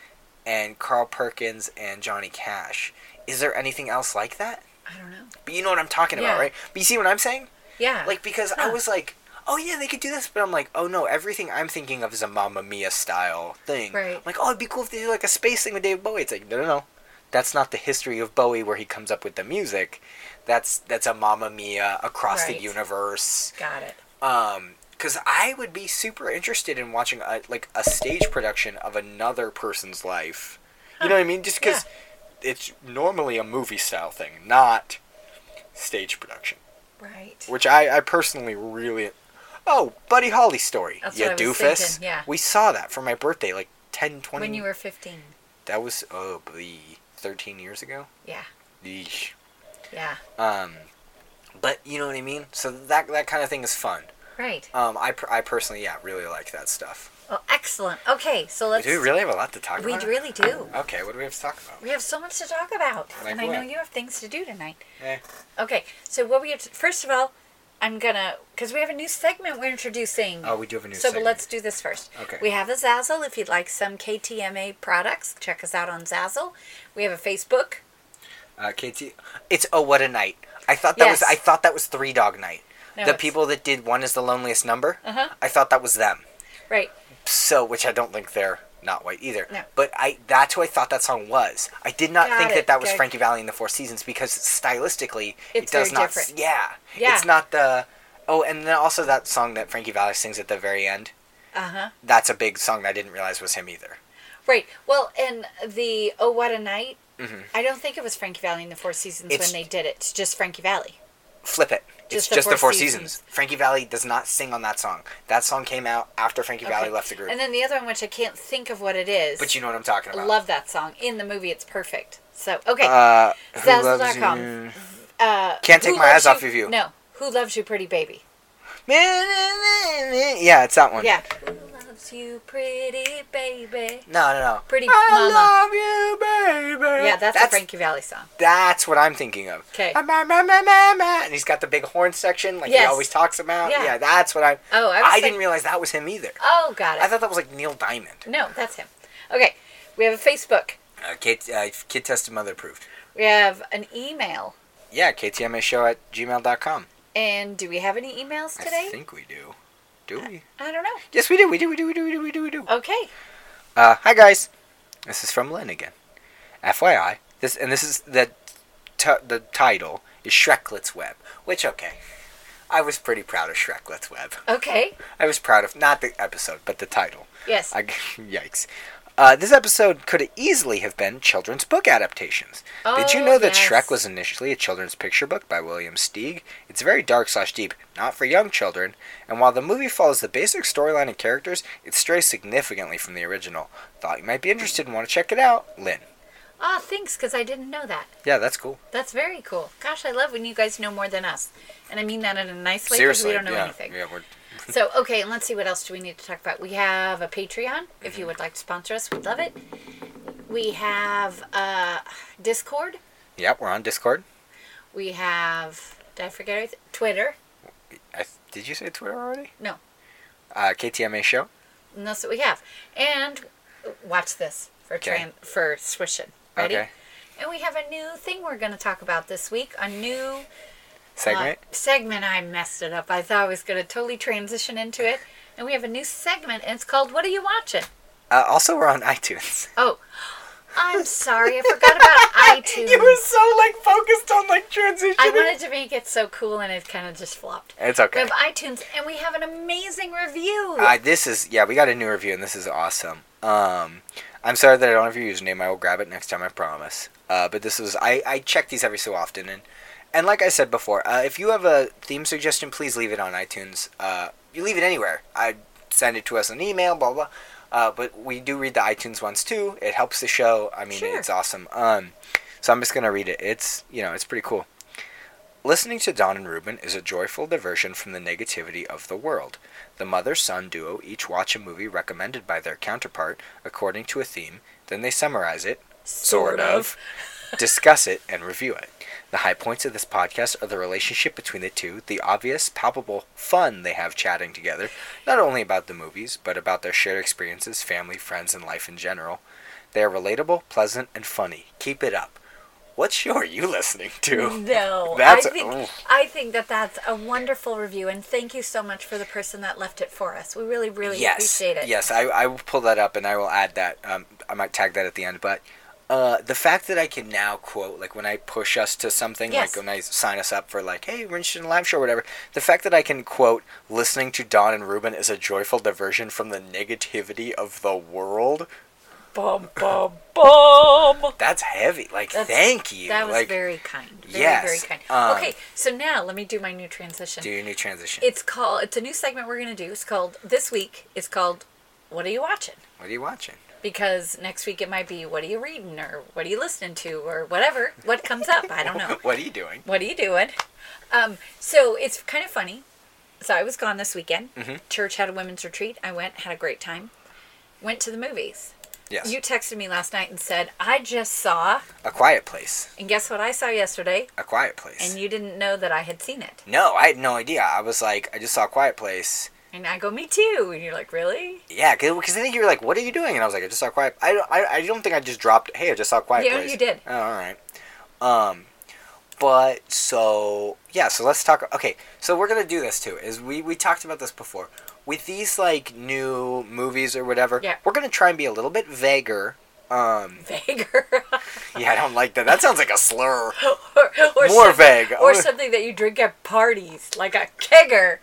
A: and Carl Perkins and Johnny Cash, is there anything else like that?
B: I don't know.
A: But you know what I'm talking
B: Yeah.
A: about, right? But you see what I'm saying?
B: Yeah.
A: Like because I
B: Huh.
A: was like, oh yeah, they could do this, but I'm like, oh no, everything I'm thinking of is a Mamma Mia style thing.
B: Right.
A: I'm like, oh, it'd be cool if they do like a space thing with David Bowie. It's like, no, no, no, that's not the history of Bowie where he comes up with the music. That's that's a Mamma Mia across
B: Right.
A: the universe.
B: Got it.
A: Um, because I would be super interested in watching a like a stage production of another person's life. You know what I mean? Just because it's normally a movie style thing, not stage production
B: Right.
A: which I, I personally really. Oh, Buddy Holly story.
B: That's
A: you
B: what I was
A: doofus.
B: thinking, yeah.
A: We saw that for my birthday, like 10, 20.
B: When you were 15.
A: That was, oh, blee, 13 years ago?
B: Yeah.
A: Yeesh.
B: Yeah.
A: Um, but you know what I mean? So that, that kind of thing is fun.
B: Right.
A: Um, I, per- I personally, yeah, really like that stuff.
B: Well, excellent. Okay, so let's.
A: do we really have a lot to talk
B: We
A: about?
B: really do.
A: Okay, what do we have to talk about?
B: We have so much to talk about,
A: Like
B: and I know
A: what?
B: you have things to do tonight.
A: Eh,
B: Okay, so what we have to, first of all, I'm gonna because we have a new segment we're introducing.
A: Oh, we do have a new
B: So, but
A: segment.
B: let's do this first.
A: Okay.
B: We have a Zazzle. If you'd like some KTMA products, check us out on Zazzle. We have a Facebook.
A: uh, KT, it's Oh What a Night. I thought that was
B: Yes.
A: I thought that was Three Dog Night.
B: No,
A: the
B: it's-
A: people that did One is the Loneliest Number,
B: Uh-huh.
A: I thought that was them.
B: Right.
A: so which I don't think they're not white either.
B: No.
A: But I that's who I thought that song was. I did not
B: Got
A: think
B: it,
A: that that was
B: good.
A: Frankie Valley in the Four Seasons because stylistically
B: It's
A: it does
B: very
A: not.
B: different.
A: s- Yeah.
B: Yeah.
A: It's not the. Oh, and then also that song that Frankie Valley sings at the very end.
B: Uh huh.
A: That's a big song that I didn't realize was him either.
B: Right. Well, and the Oh What a Night. I don't think it was Frankie Valley in the Four Seasons
A: Mm-hmm. It's-
B: when they did it. It's just Frankie Valley.
A: Flip it. it's
B: Just the
A: just the
B: Four
A: Four seasons.
B: Seasons.
A: Frankie Valley does not sing on that song. That song came out after Frankie Valley
B: Okay.
A: left the group.
B: And then the other one, which I can't think of what it is.
A: but you know what I'm talking about.
B: love that song in the movie. It's perfect. So okay,
A: uh, Who Loves
B: Zazzle.com.
A: You. <laughs>
B: Uh,
A: Can't Take
B: Who
A: My
B: Loves
A: Eyes Off of You.
B: No, who loves you, pretty baby?
A: Yeah, it's that one.
B: Yeah, who loves you, pretty baby?
A: No, no, no.
B: Pretty mama.
A: I love you, baby.
B: Yeah, that's, a Frankie Valley song.
A: That's what I'm thinking of.
B: 'Kay.
A: Ah, ma, ma, ma, ma, ma. And he's got the big horn section, like he
B: Yes.
A: always talks about.
B: Yeah.
A: Yeah, that's what I.
B: Oh, I
A: I,
B: was like-
A: didn't realize that was him either.
B: Oh, got it.
A: I thought that was like Neil Diamond.
B: no, that's him. Okay, we have a Facebook.
A: Uh, Kate, uh, kid tested mother approved.
B: We have an email.
A: Yeah, KTMA show at gmail.com.
B: And do we have any emails
A: I
B: today?
A: think we do. Do we?
B: I don't know.
A: Yes, we do. We do. We do. We do. We do. We do. We do.
B: Okay.
A: Uh, hi guys, this is from Lynn again. FYI, this and this is the t- the title is Shreklet's Web, which okay, I was pretty proud of Shreklet's Web.
B: Okay.
A: I was proud of not the episode, but the title.
B: Yes.
A: I, <laughs> yikes. Uh, this episode could easily have been children's book adaptations. Did you
B: Oh,
A: know that
B: yes.
A: Shrek was initially a children's picture book by William Steig? It's very dark slash deep, not for young children, and while the movie follows the basic storyline and characters, it strays significantly from the original. Thought you might be interested and want to check it out, Lynn.
B: Ah, thanks, because I didn't know that.
A: Yeah, that's cool.
B: That's very cool. Gosh, I love when you guys know more than us. And I mean that in a nice way because
A: Seriously,
B: we don't know
A: yeah,
B: anything.
A: yeah, we're
B: So, okay, and let's see what else do we need to talk about. We have a Patreon. If
A: Mm-hmm.
B: you would like to sponsor us, we'd love it. We have uh, Discord.
A: yeah, we're on Discord.
B: We have, did I forget everything? Twitter.
A: I, did you say Twitter already?
B: No.
A: Uh, KTMA show.
B: And that's what we have. And watch this for
A: Okay.
B: tran- for swishing. Ready?
A: Okay.
B: And we have a new thing we're going to talk about this week. A new
A: Segment.
B: Uh, segment. I messed it up. I thought I was going to totally transition into it. And we have a new segment, and it's called What Are You Watching?
A: Uh, also, we're on <laughs> iTunes.
B: Oh, I'm sorry.
A: <laughs>
B: I forgot about iTunes.
A: so like focused on like transition.
B: I wanted to make it so cool, and it kind of just flopped.
A: It's okay.
B: We have iTunes, and we have an amazing review.
A: Uh, this is yeah, we got a new review and this is awesome. Um, I'm sorry that I don't have your username. I will grab it next time. I promise. Uh, but this was I I check these every so often and and like I said before, uh, if you have a theme suggestion, please leave it on iTunes. Uh, you leave it anywhere. I send it to us an email. Blah blah. Uh, but we do read the iTunes ones too. It helps the show. I mean,
B: Sure.
A: it's awesome. Um, so I'm just gonna read it. It's you know, it's pretty cool. Listening to Don and Ruben is a joyful diversion from the negativity of the world. The mother son duo each watch a movie recommended by their counterpart according to a theme, then they summarize it, sort of, <laughs> discuss it, and review it. The high points of this podcast are the relationship between the two, the obvious, palpable fun they have chatting together, not only about the movies, but about their shared experiences, family, friends, and life in general. They are relatable, pleasant, and funny. Keep it up. What show are you listening to?
B: No,
A: That's-
B: I think
A: oof.
B: I think that that's a wonderful review, and thank you so much for the person that left it for us. We really, really
A: yes,
B: appreciate it.
A: yes, I, I will pull that up and I will add that. Um, I might tag that at the end, but uh, the fact that I can now quote, like when I push us to something,
B: Yes.
A: like when I sign us up for, like, hey, we're interested in a live show or whatever, the fact that I can quote, listening to Don and Ruben is a joyful diversion from the negativity of the world,
B: Bum bum bum.
A: that's heavy. Like,
B: <laughs> That's-
A: thank you.
B: That was
A: like,
B: very kind. Very, very
A: yes,
B: kind.
A: um,
B: okay, so now let me do my new transition.
A: Do your new transition.
B: It's called. It's a new segment we're gonna do. It's called this week. It's called What Are You Watching?
A: what are you watching? <laughs>
B: Because next week it might be What Are You Reading or What Are You Listening to or whatever. What comes up? I don't know.
A: What are you doing?
B: What are you doing? Um, so it's kind of funny. So I was gone this weekend. Church had a women's retreat. I went, had a great time. Went to the movies.
A: Yes.
B: You texted me last night and said, I just saw,
A: a quiet place.
B: and guess what I saw yesterday?
A: A quiet place.
B: And you didn't know that I had seen it.
A: no, I had no idea. I was like, I just saw a quiet place.
B: And I go, Me too. And you're like, Really? <laughs>
A: Yeah, because I think you were like, "What are you doing?" And I was like, "I just saw Quiet." I don't, I, I don't think I just dropped. Hey, I just saw Quiet
B: Yeah,
A: Place.
B: you did.
A: Oh, all right. Um, but so yeah, so let's talk. Okay, so we're gonna do this too. Is we we talked about this before with these like new movies or whatever.
B: Yeah.
A: We're gonna try and be a little bit vaguer. Um,
B: Vaguer.
A: yeah, I don't like that. That sounds like a slur.
B: or,
A: More
B: or some-
A: vague.
B: Or something that you drink at parties, like a kegger.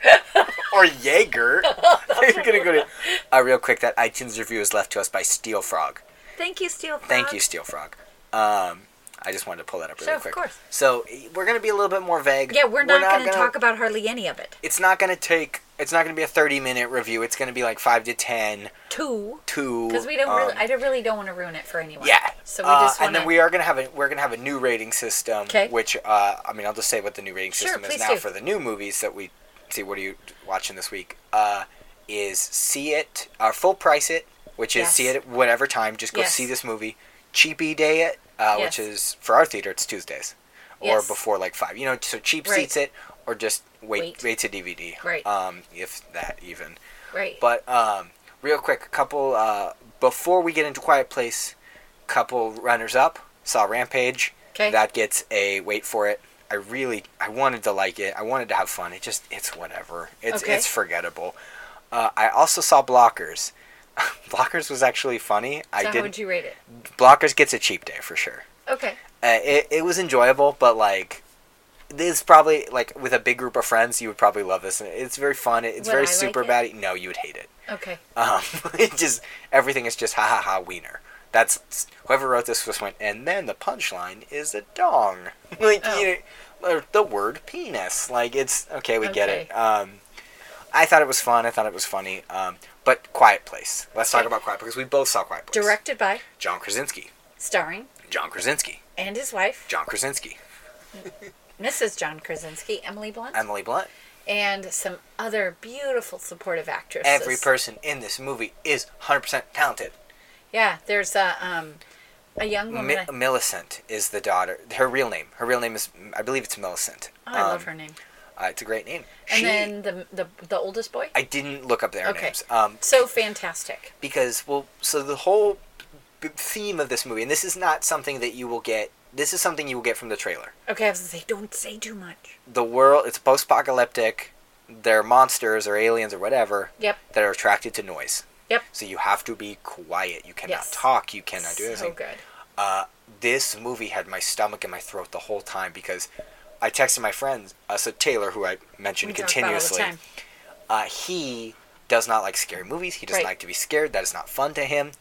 A: or
B: <laughs>
A: Jaeger. <laughs> You're gonna go to. Uh, real quick, that iTunes review is left to us by Steel Frog.
B: Thank you, Steel Frog.
A: Thank you, Steel Frog. Um, I just wanted to pull that up really
B: Sure, of
A: quick.
B: course.
A: So eh, we're gonna be a little bit more vague.
B: Yeah, we're not, going to talk about hardly any of it.
A: It's not gonna take. It's not gonna be a thirty-minute review. It's gonna be like five to ten,
B: Two.
A: two.
B: Because we don't
A: um,
B: really, I don't- really don't want to ruin it for anyone.
A: yeah.
B: So we just
A: uh, and
B: want
A: then we are gonna have a we're gonna have a new rating system.
B: 'Kay.
A: Which uh, I mean, I'll just say what the new rating
B: Sure,
A: system is
B: please
A: now
B: do.
A: for the new movies that we see. What are you watching this week? Uh, is see it or full price it, which is
B: Yes.
A: see it at whatever time. Just go
B: Yes.
A: see this movie. Cheapy day it, uh,
B: Yes.
A: which is for our theater. It's Tuesdays or
B: Yes.
A: before like five. You know, so cheap
B: Right.
A: seats it or just wait wait,
B: Wait.
A: to DVD.
B: Right.
A: Um, if that even.
B: Right.
A: But um, real quick, a couple uh, before we get into Quiet Place, couple runners up saw Rampage.
B: 'Kay.
A: That gets a wait for it. I really I wanted to like it. I wanted to have fun. It just it's whatever. It's
B: Okay.
A: it's forgettable. Uh, I also saw Blockers. <laughs> Blockers was actually funny.
B: so
A: I
B: how would
A: didn't.
B: you rate it?
A: Blockers gets a cheap day for sure.
B: Okay.
A: Uh, it it was enjoyable, but like this is probably like with a big group of friends, you would probably love this. It's very fun. It's
B: Would I
A: very
B: like
A: super
B: it?
A: bad. No, you would hate it.
B: Okay.
A: Um, <laughs> it just everything is just ha ha ha wiener. That's whoever wrote this just went, and then the punchline is a dong, <laughs> like
B: Oh.
A: you know, or the word penis. Like it's okay, we get it.
B: Okay.
A: Um, I thought it was fun. I thought it was funny. Um, but Quiet Place. Let's talk
B: Okay.
A: about Quiet Place. We both saw Quiet Place.
B: Directed by,
A: John Krasinski.
B: starring,
A: John Krasinski.
B: and his wife,
A: John Krasinski.
B: Mrs. John Krasinski, Emily Blunt,
A: Emily Blunt.
B: and some other beautiful supportive actresses.
A: Every person in this movie is 100% talented.
B: Yeah, there's a um, a young woman.
A: Mi-
B: I- oh,
A: Millicent is the daughter. Her real name. Her real name is, I believe it's Millicent.
B: oh, I
A: Um,
B: love her name.
A: Uh, it's a great name.
B: And
A: she,
B: then the, the the oldest boy.
A: I didn't look up their
B: Okay.
A: names. Um,
B: so fantastic.
A: because well, so the whole b- theme of this movie, and this is not something that you will get. This is something you will get from the trailer.
B: Okay, I was gonna say, don't say too much.
A: The world. It's post-apocalyptic. They're monsters or aliens or whatever
B: Yep.
A: that are attracted to noise.
B: Yep.
A: So you have to be quiet. You cannot
B: Yes.
A: talk. You cannot do anything.
B: So good.
A: Uh, this movie had my stomach in my throat the whole time because I texted my friends. Uh, so Taylor, who I mentioned
B: We talk about it all the
A: continuously,
B: time.
A: uh, he does not like scary movies. He does
B: Right.
A: not like to be scared. That is not fun to him.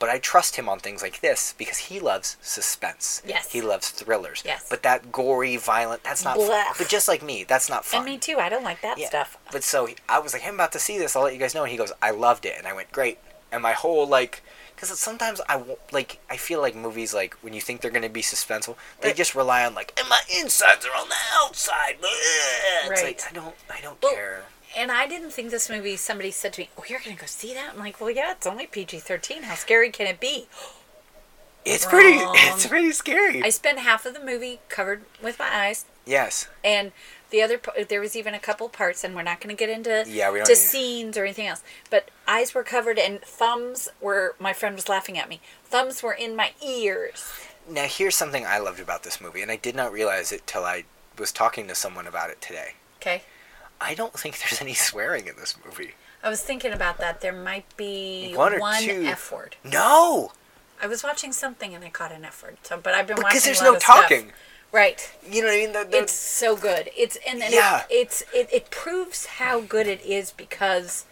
A: But I trust him on things like this because he loves suspense.
B: Yes.
A: He loves thrillers.
B: Yes.
A: But that gory, violent, that's not fun.
B: Blech.
A: But just like me, that's not fun.
B: And me too. I don't like that
A: Yeah.
B: stuff.
A: But so he- I was like, hey, I'm about to see this. I'll let you guys know. And he goes, I loved it. And I went, great. And my whole like, because sometimes I wa- like I feel like movies like when you think they're gonna be suspenseful, they
B: Right.
A: just rely on like, and my insides are on the outside. Blah. It's
B: Right.
A: like I don't, I don't
B: Well,
A: care.
B: And I didn't think this movie. Somebody said to me, "Oh, you're gonna go see that?" I'm like, "Well, yeah. It's only PG-13. How scary can it be?"
A: It's pretty, <laughs>
B: wrong.
A: it's pretty scary.
B: I spent half of the movie covered with my eyes,
A: yes.
B: and the other p- there was even a couple parts, and we're not going to get into
A: Yeah, we don't
B: to
A: need-
B: scenes or anything else. But eyes were covered, and thumbs were. My friend was laughing at me. Thumbs were in my ears.
A: Now here's something I loved about this movie, and I did not realize it till I was talking to someone about it today.
B: Okay,
A: I don't think there's any swearing in this movie.
B: I was thinking about that. There might be
A: One
B: one,
A: or two.
B: f word.
A: No,
B: I was watching something and I caught an f word. So, but I've been
A: because
B: watching
A: there's
B: a lot
A: no
B: of stuff.
A: talking.
B: Right.
A: You know what I mean? The- the-
B: It's so good. It's and, and
A: Yeah.
B: it, it's it, it proves how good it is because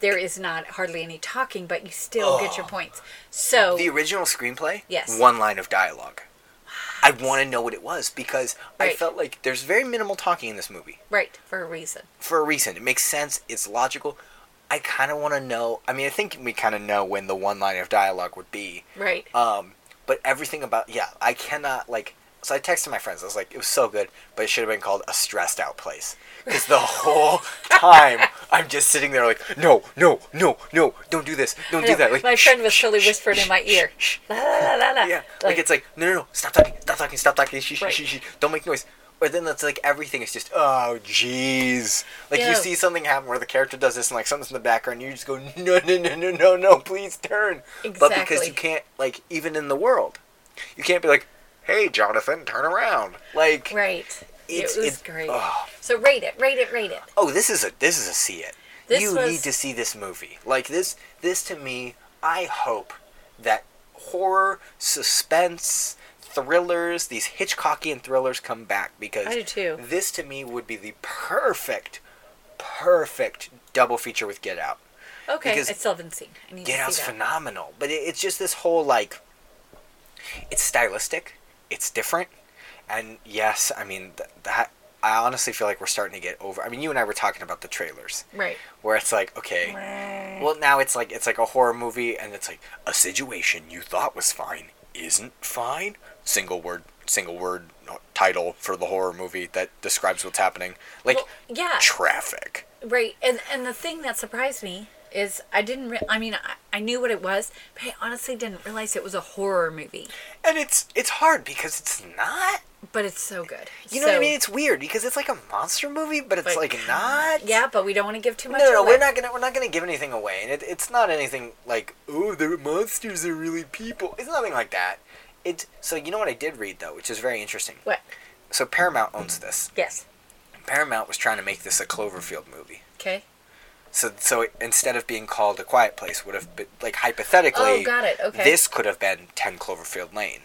B: there is not hardly any talking, but you still get your points. So
A: the original screenplay
B: Yes.
A: one line of dialogue i want to know what it was because i
B: Right.
A: felt like there's very minimal talking in this movie
B: right for a reason.
A: for a reason it makes sense it's logical i kind of want to know i mean i think we kind of know when the one line of dialogue would be
B: Right.
A: um but everything about yeah i cannot like so i texted my friends i was like it was so good but it should have been called a stressed out place because
B: <laughs>
A: the whole time i'm just sitting there like no no no no don't do this don't do
B: I know.
A: that like
B: my friend was
A: shh,
B: totally
A: shh,
B: whispered in my ear. La la la la. <laughs> la.
A: yeah, like, it's like no, no, no, stop talking, stop talking, stop talking. Shh, shh,
B: Right.
A: shh, shh, don't make noise. Or then that's like everything is just oh jeez. Like you
B: Yeah.
A: see something happen where the character does this and like something's in the background, and you just go no, no, no, no, no, no, please turn. But because
B: Exactly.
A: you can't like even in the world, you can't be like, hey Jonathan, turn around. Like
B: right.
A: it's-
B: it was
A: it-
B: great.
A: oh.
B: So rate it, rate it, rate it.
A: oh this is a this is a see it
B: This
A: you
B: was-
A: need to see this movie like this this to me i hope that horror suspense thrillers these hitchcockian thrillers come back because
B: I do too.
A: this to me would be the perfect perfect double feature with get out
B: Okay,
A: Because-
B: I still haven't seen. I need
A: Get
B: to
A: Out's
B: see that.
A: phenomenal, but it, it's just this whole like, it's stylistic, it's different, and yes, I mean th- that. I honestly feel like we're starting to get over. I mean, you and I were talking about the trailers,
B: Right.
A: where it's like, okay, well now it's like it's like a horror movie, and it's like a situation you thought was fine isn't fine. Single word, single word title for the horror movie that describes what's happening, like
B: Well, yeah.
A: traffic.
B: Right, and and the thing that surprised me is I didn't. Re- I mean, I, I knew what it was, but I honestly didn't realize it was a horror movie.
A: And it's it's hard because it's not.
B: But it's so good.
A: You know what I
B: So-
A: mean? It's weird because it's like a monster movie, but it's
B: But
A: like
B: God.
A: not.
B: yeah, but we don't want to give too
A: No,
B: much.
A: no, no,
B: away.
A: we're not gonna we're not gonna give anything away, and it, it's not anything like oh the monsters are really people. It's nothing like that. It's so you know what I did read though, which is very interesting.
B: What?
A: So Paramount owns this.
B: Yes.
A: Paramount was trying to make this a Cloverfield movie.
B: Okay.
A: So so it, instead of being called A Quiet Place, would have been like hypothetically.
B: Oh, got it. Okay.
A: This could have been Ten Cloverfield Lane.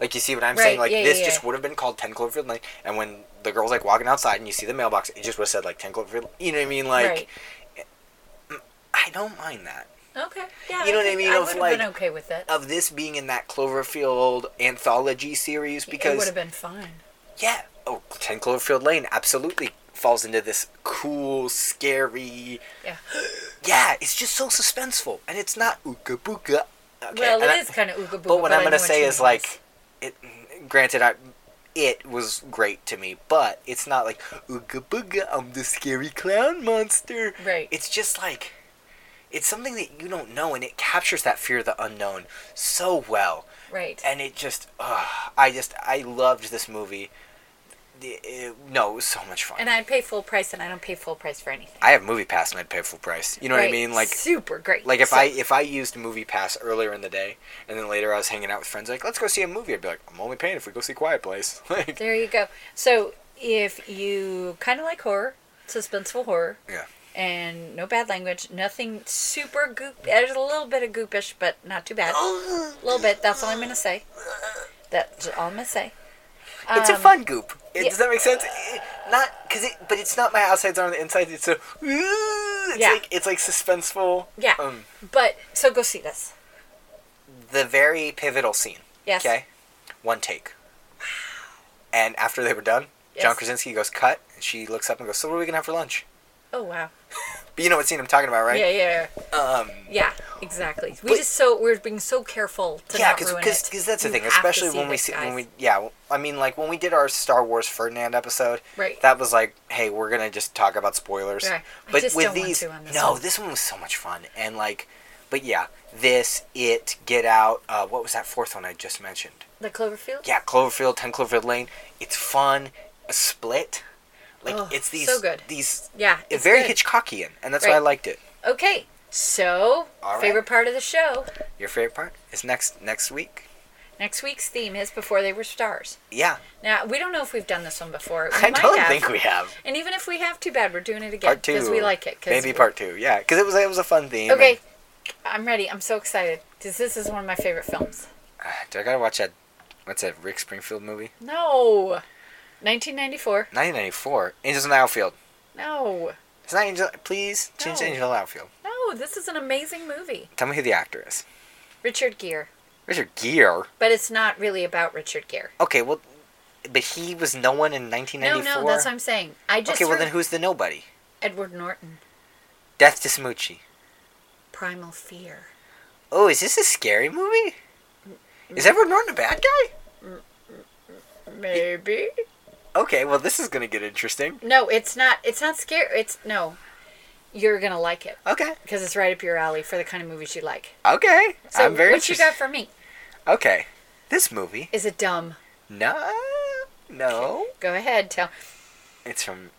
A: Like you see what I'm
B: Right,
A: saying? Like
B: yeah,
A: this
B: yeah,
A: just
B: yeah.
A: would have been called Ten Cloverfield Lane, and when the girl's like walking outside and you see the mailbox, it just would have said like Ten Cloverfield. You know what I mean? Like
B: right.
A: I don't mind that.
B: Okay. Yeah.
A: You know what I
B: think
A: mean?
B: I
A: Of,
B: would have
A: like,
B: been okay with it.
A: Of this being in that Cloverfield anthology series
B: it would
A: because
B: have been fine.
A: yeah, oh, Ten Cloverfield Lane absolutely falls into this cool, scary.
B: Yeah.
A: <gasps> Yeah, it's just so suspenseful, and it's not ooga booga. Okay,
B: well, it
A: and I-
B: is kind of ooga booga.
A: But what
B: I
A: I'm
B: know
A: gonna
B: what
A: say
B: you
A: is
B: mean.
A: like, it. Granted, I, it was great to me, but it's not like ooga booga. I'm the scary clown monster.
B: Right.
A: It's just like, it's something that you don't know, and it captures that fear of the unknown so well.
B: right.
A: And it just, ugh, I just, I loved this movie. The- it- no, it was so much fun.
B: And I'd pay full price, and I don't pay full price for anything.
A: I have Movie Pass, and I'd pay full price. You know what I
B: Right.
A: mean? Like,
B: super great.
A: like if
B: So-
A: I if I used Movie Pass earlier in the day, and then later I was hanging out with friends, like let's go see a movie. I'd be like, I'm only paying if we go see Quiet Place. <laughs> Like,
B: There you go. So if you kind of like horror, suspenseful horror,
A: yeah,
B: and no bad language, nothing super goop. There's a little bit of goopish, but not
A: <gasps>
B: too bad. A little bit. That's all I'm gonna say. That's all I'm gonna say.
A: it's a
B: Um,
A: fun goop. It,
B: yeah.
A: Does that make sense? It- not because it, but it's not my outsides on the inside. It's a, it's
B: Yeah.
A: like it's like suspenseful.
B: Yeah.
A: Um,
B: But so go see this.
A: the very pivotal scene.
B: Yes.
A: Okay. One take. And after they were done, John
B: Yes.
A: Krasinski goes cut, and she looks up and goes, "So what are we gonna have for lunch?"
B: Oh wow.
A: But you know what scene I'm talking about, right?
B: Yeah, yeah, yeah.
A: Um,
B: Yeah, exactly. We
A: But-
B: just so we're being so careful to
A: yeah,
B: not ruin
A: because
B: it.
A: because that's the
B: You
A: thing,
B: have to
A: especially when we
B: this,
A: see
B: guys.
A: when we yeah, well, I mean like when we did our Star Wars Ferdinand episode,
B: Right.
A: That was like, hey, we're gonna just talk about spoilers,
B: Right. I
A: but
B: just
A: with
B: don't want
A: these,
B: to on this
A: no,
B: one.
A: this one was so much fun and like, but yeah, this it Get Out, uh, what was that fourth one I just mentioned?
B: the Cloverfield.
A: Yeah, Cloverfield, Ten Cloverfield Lane. It's fun, a split, like
B: Oh,
A: it's these
B: so good.
A: these
B: Yeah,
A: it's very
B: good.
A: Hitchcockian, and that's why I
B: Right.
A: liked it.
B: Okay, so
A: All right.
B: favorite part of the show.
A: Your favorite part is next next week.
B: Next week's theme is before they were stars.
A: Yeah,
B: Now we don't know if we've done this one before.
A: <laughs>
B: We
A: I
B: might
A: don't
B: have.
A: think we have.
B: And even if we have, too bad we're doing it again
A: part two
B: because we like it. 'cause
A: maybe
B: we-
A: part two yeah because it was it was a fun theme
B: Okay,
A: and-
B: I'm ready. I'm so excited because this is one of my favorite films.
A: Ah, do i gotta watch that what's that rick springfield movie
B: No, 1994.
A: 1994 angels in the outfield
B: No,
A: it's not angel please change to
B: No.
A: angel in the outfield
B: no, this is an amazing movie.
A: tell me who the actor is
B: Richard Gere,
A: richard gere
B: but it's not really about Richard Gere.
A: okay well but he was no one in
B: No,
A: 1994
B: no, that's what I'm saying. I just
A: okay well
B: heard
A: then who's the nobody
B: Edward Norton,
A: death to smoochie
B: Primal Fear.
A: oh is this a scary movie is edward norton a bad guy
B: Maybe.
A: okay well this is gonna get interesting
B: No, it's not. It's not scary. It's no. You're gonna like it
A: okay
B: because it's right up your alley for the kind of movies you like.
A: okay
B: So
A: i'm very
B: what
A: interested
B: you got for me?
A: okay this movie
B: Is it dumb?
A: No, no.
B: Go ahead, tell.
A: It's from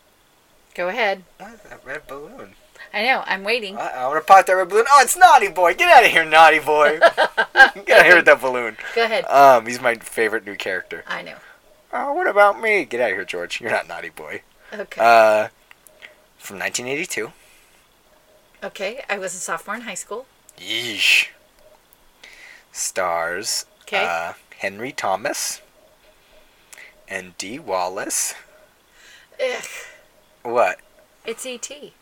B: Go ahead.
A: what is that red balloon?
B: I know. I'm waiting.
A: Uh, I want to pop that red balloon. Oh, it's Naughty Boy. Get out of here, Naughty
B: <laughs>
A: Boy. Get out of here with that balloon.
B: Go ahead.
A: Um, he's my favorite new character.
B: I know.
A: Oh, what about me? Get out of here, George. You're not Naughty Boy.
B: Okay.
A: Uh, from 1982.
B: okay. I was a sophomore in high school.
A: Yeesh. Stars.
B: 'Kay.
A: Uh, Henry Thomas. And D. Wallace.
B: Ugh.
A: What?
B: It's E E.T.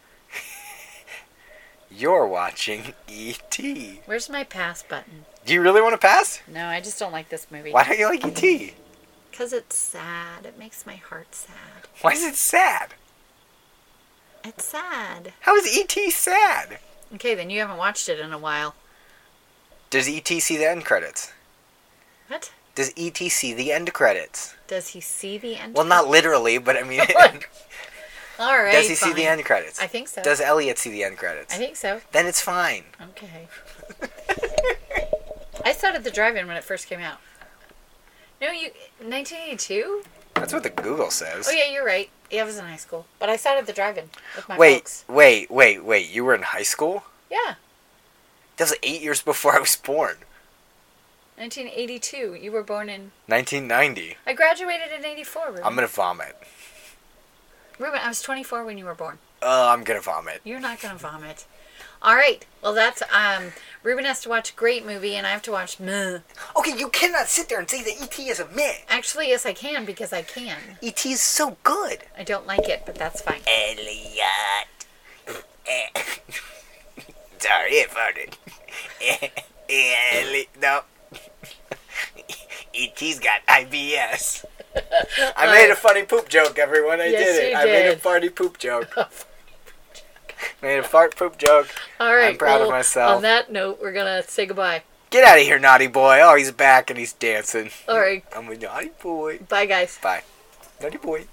A: You're watching E.T.
B: Where's my pass button?
A: Do you really want to pass?
B: No, I just don't like this movie.
A: Why don't you like E E.T.?
B: Because it's sad. It makes my heart sad.
A: Why is it sad?
B: It's sad.
A: How is E.T. sad?
B: Okay, then you haven't watched it in a while.
A: Does E.T. see the end credits?
B: What?
A: Does E.T. see the end credits?
B: Does he see the end?
A: Well, not literally, but I
B: <laughs>
A: mean,
B: All
A: <laughs>
B: right.
A: does he see the
B: fine.
A: end credits?
B: I think so.
A: Does Elliot see the end
B: I
A: credits?
B: think so.
A: Then it's fine.
B: Okay. I saw it at the drive-in when it first came out. No, you 1982?
A: That's what the Google says.
B: Oh yeah, you're right. Yeah, I was in high school, but I saw it at the drive-in with my
A: wait,
B: folks.
A: wait, wait, wait. You were in high school?
B: Yeah,
A: That was eight years before I was born.
B: 1982. You were born in.
A: 1990.
B: I graduated in 84. Ruben.
A: I'm gonna vomit.
B: Ruben, I was 24 when you were born.
A: Oh, I'm gonna vomit.
B: You're not gonna vomit. All right. Well, that's um. Ruben has to watch great movie, and I have to watch meh.
A: Okay, you cannot sit there and say that E.T. is a myth.
B: Actually, yes, I can because I can.
A: E.T. is so good.
B: I don't like it, but that's fine.
A: Elliot. <laughs> Eh. Sorry, it farted. <laughs> Eh, Elliot. No. <laughs> E.T.'s got IBS. I made a funny poop joke, everyone. I
B: Yes,
A: did it.
B: you
A: I made a
B: did.
A: farty poop <laughs> joke. made a fart poop joke.
B: All right.
A: proud of
B: well,
A: myself.
B: On that note, we're gonna say goodbye.
A: Get out of here, naughty boy. Oh, he's back and he's dancing.
B: All right.
A: I'm a naughty boy.
B: Bye, guys.
A: Bye. Naughty boy.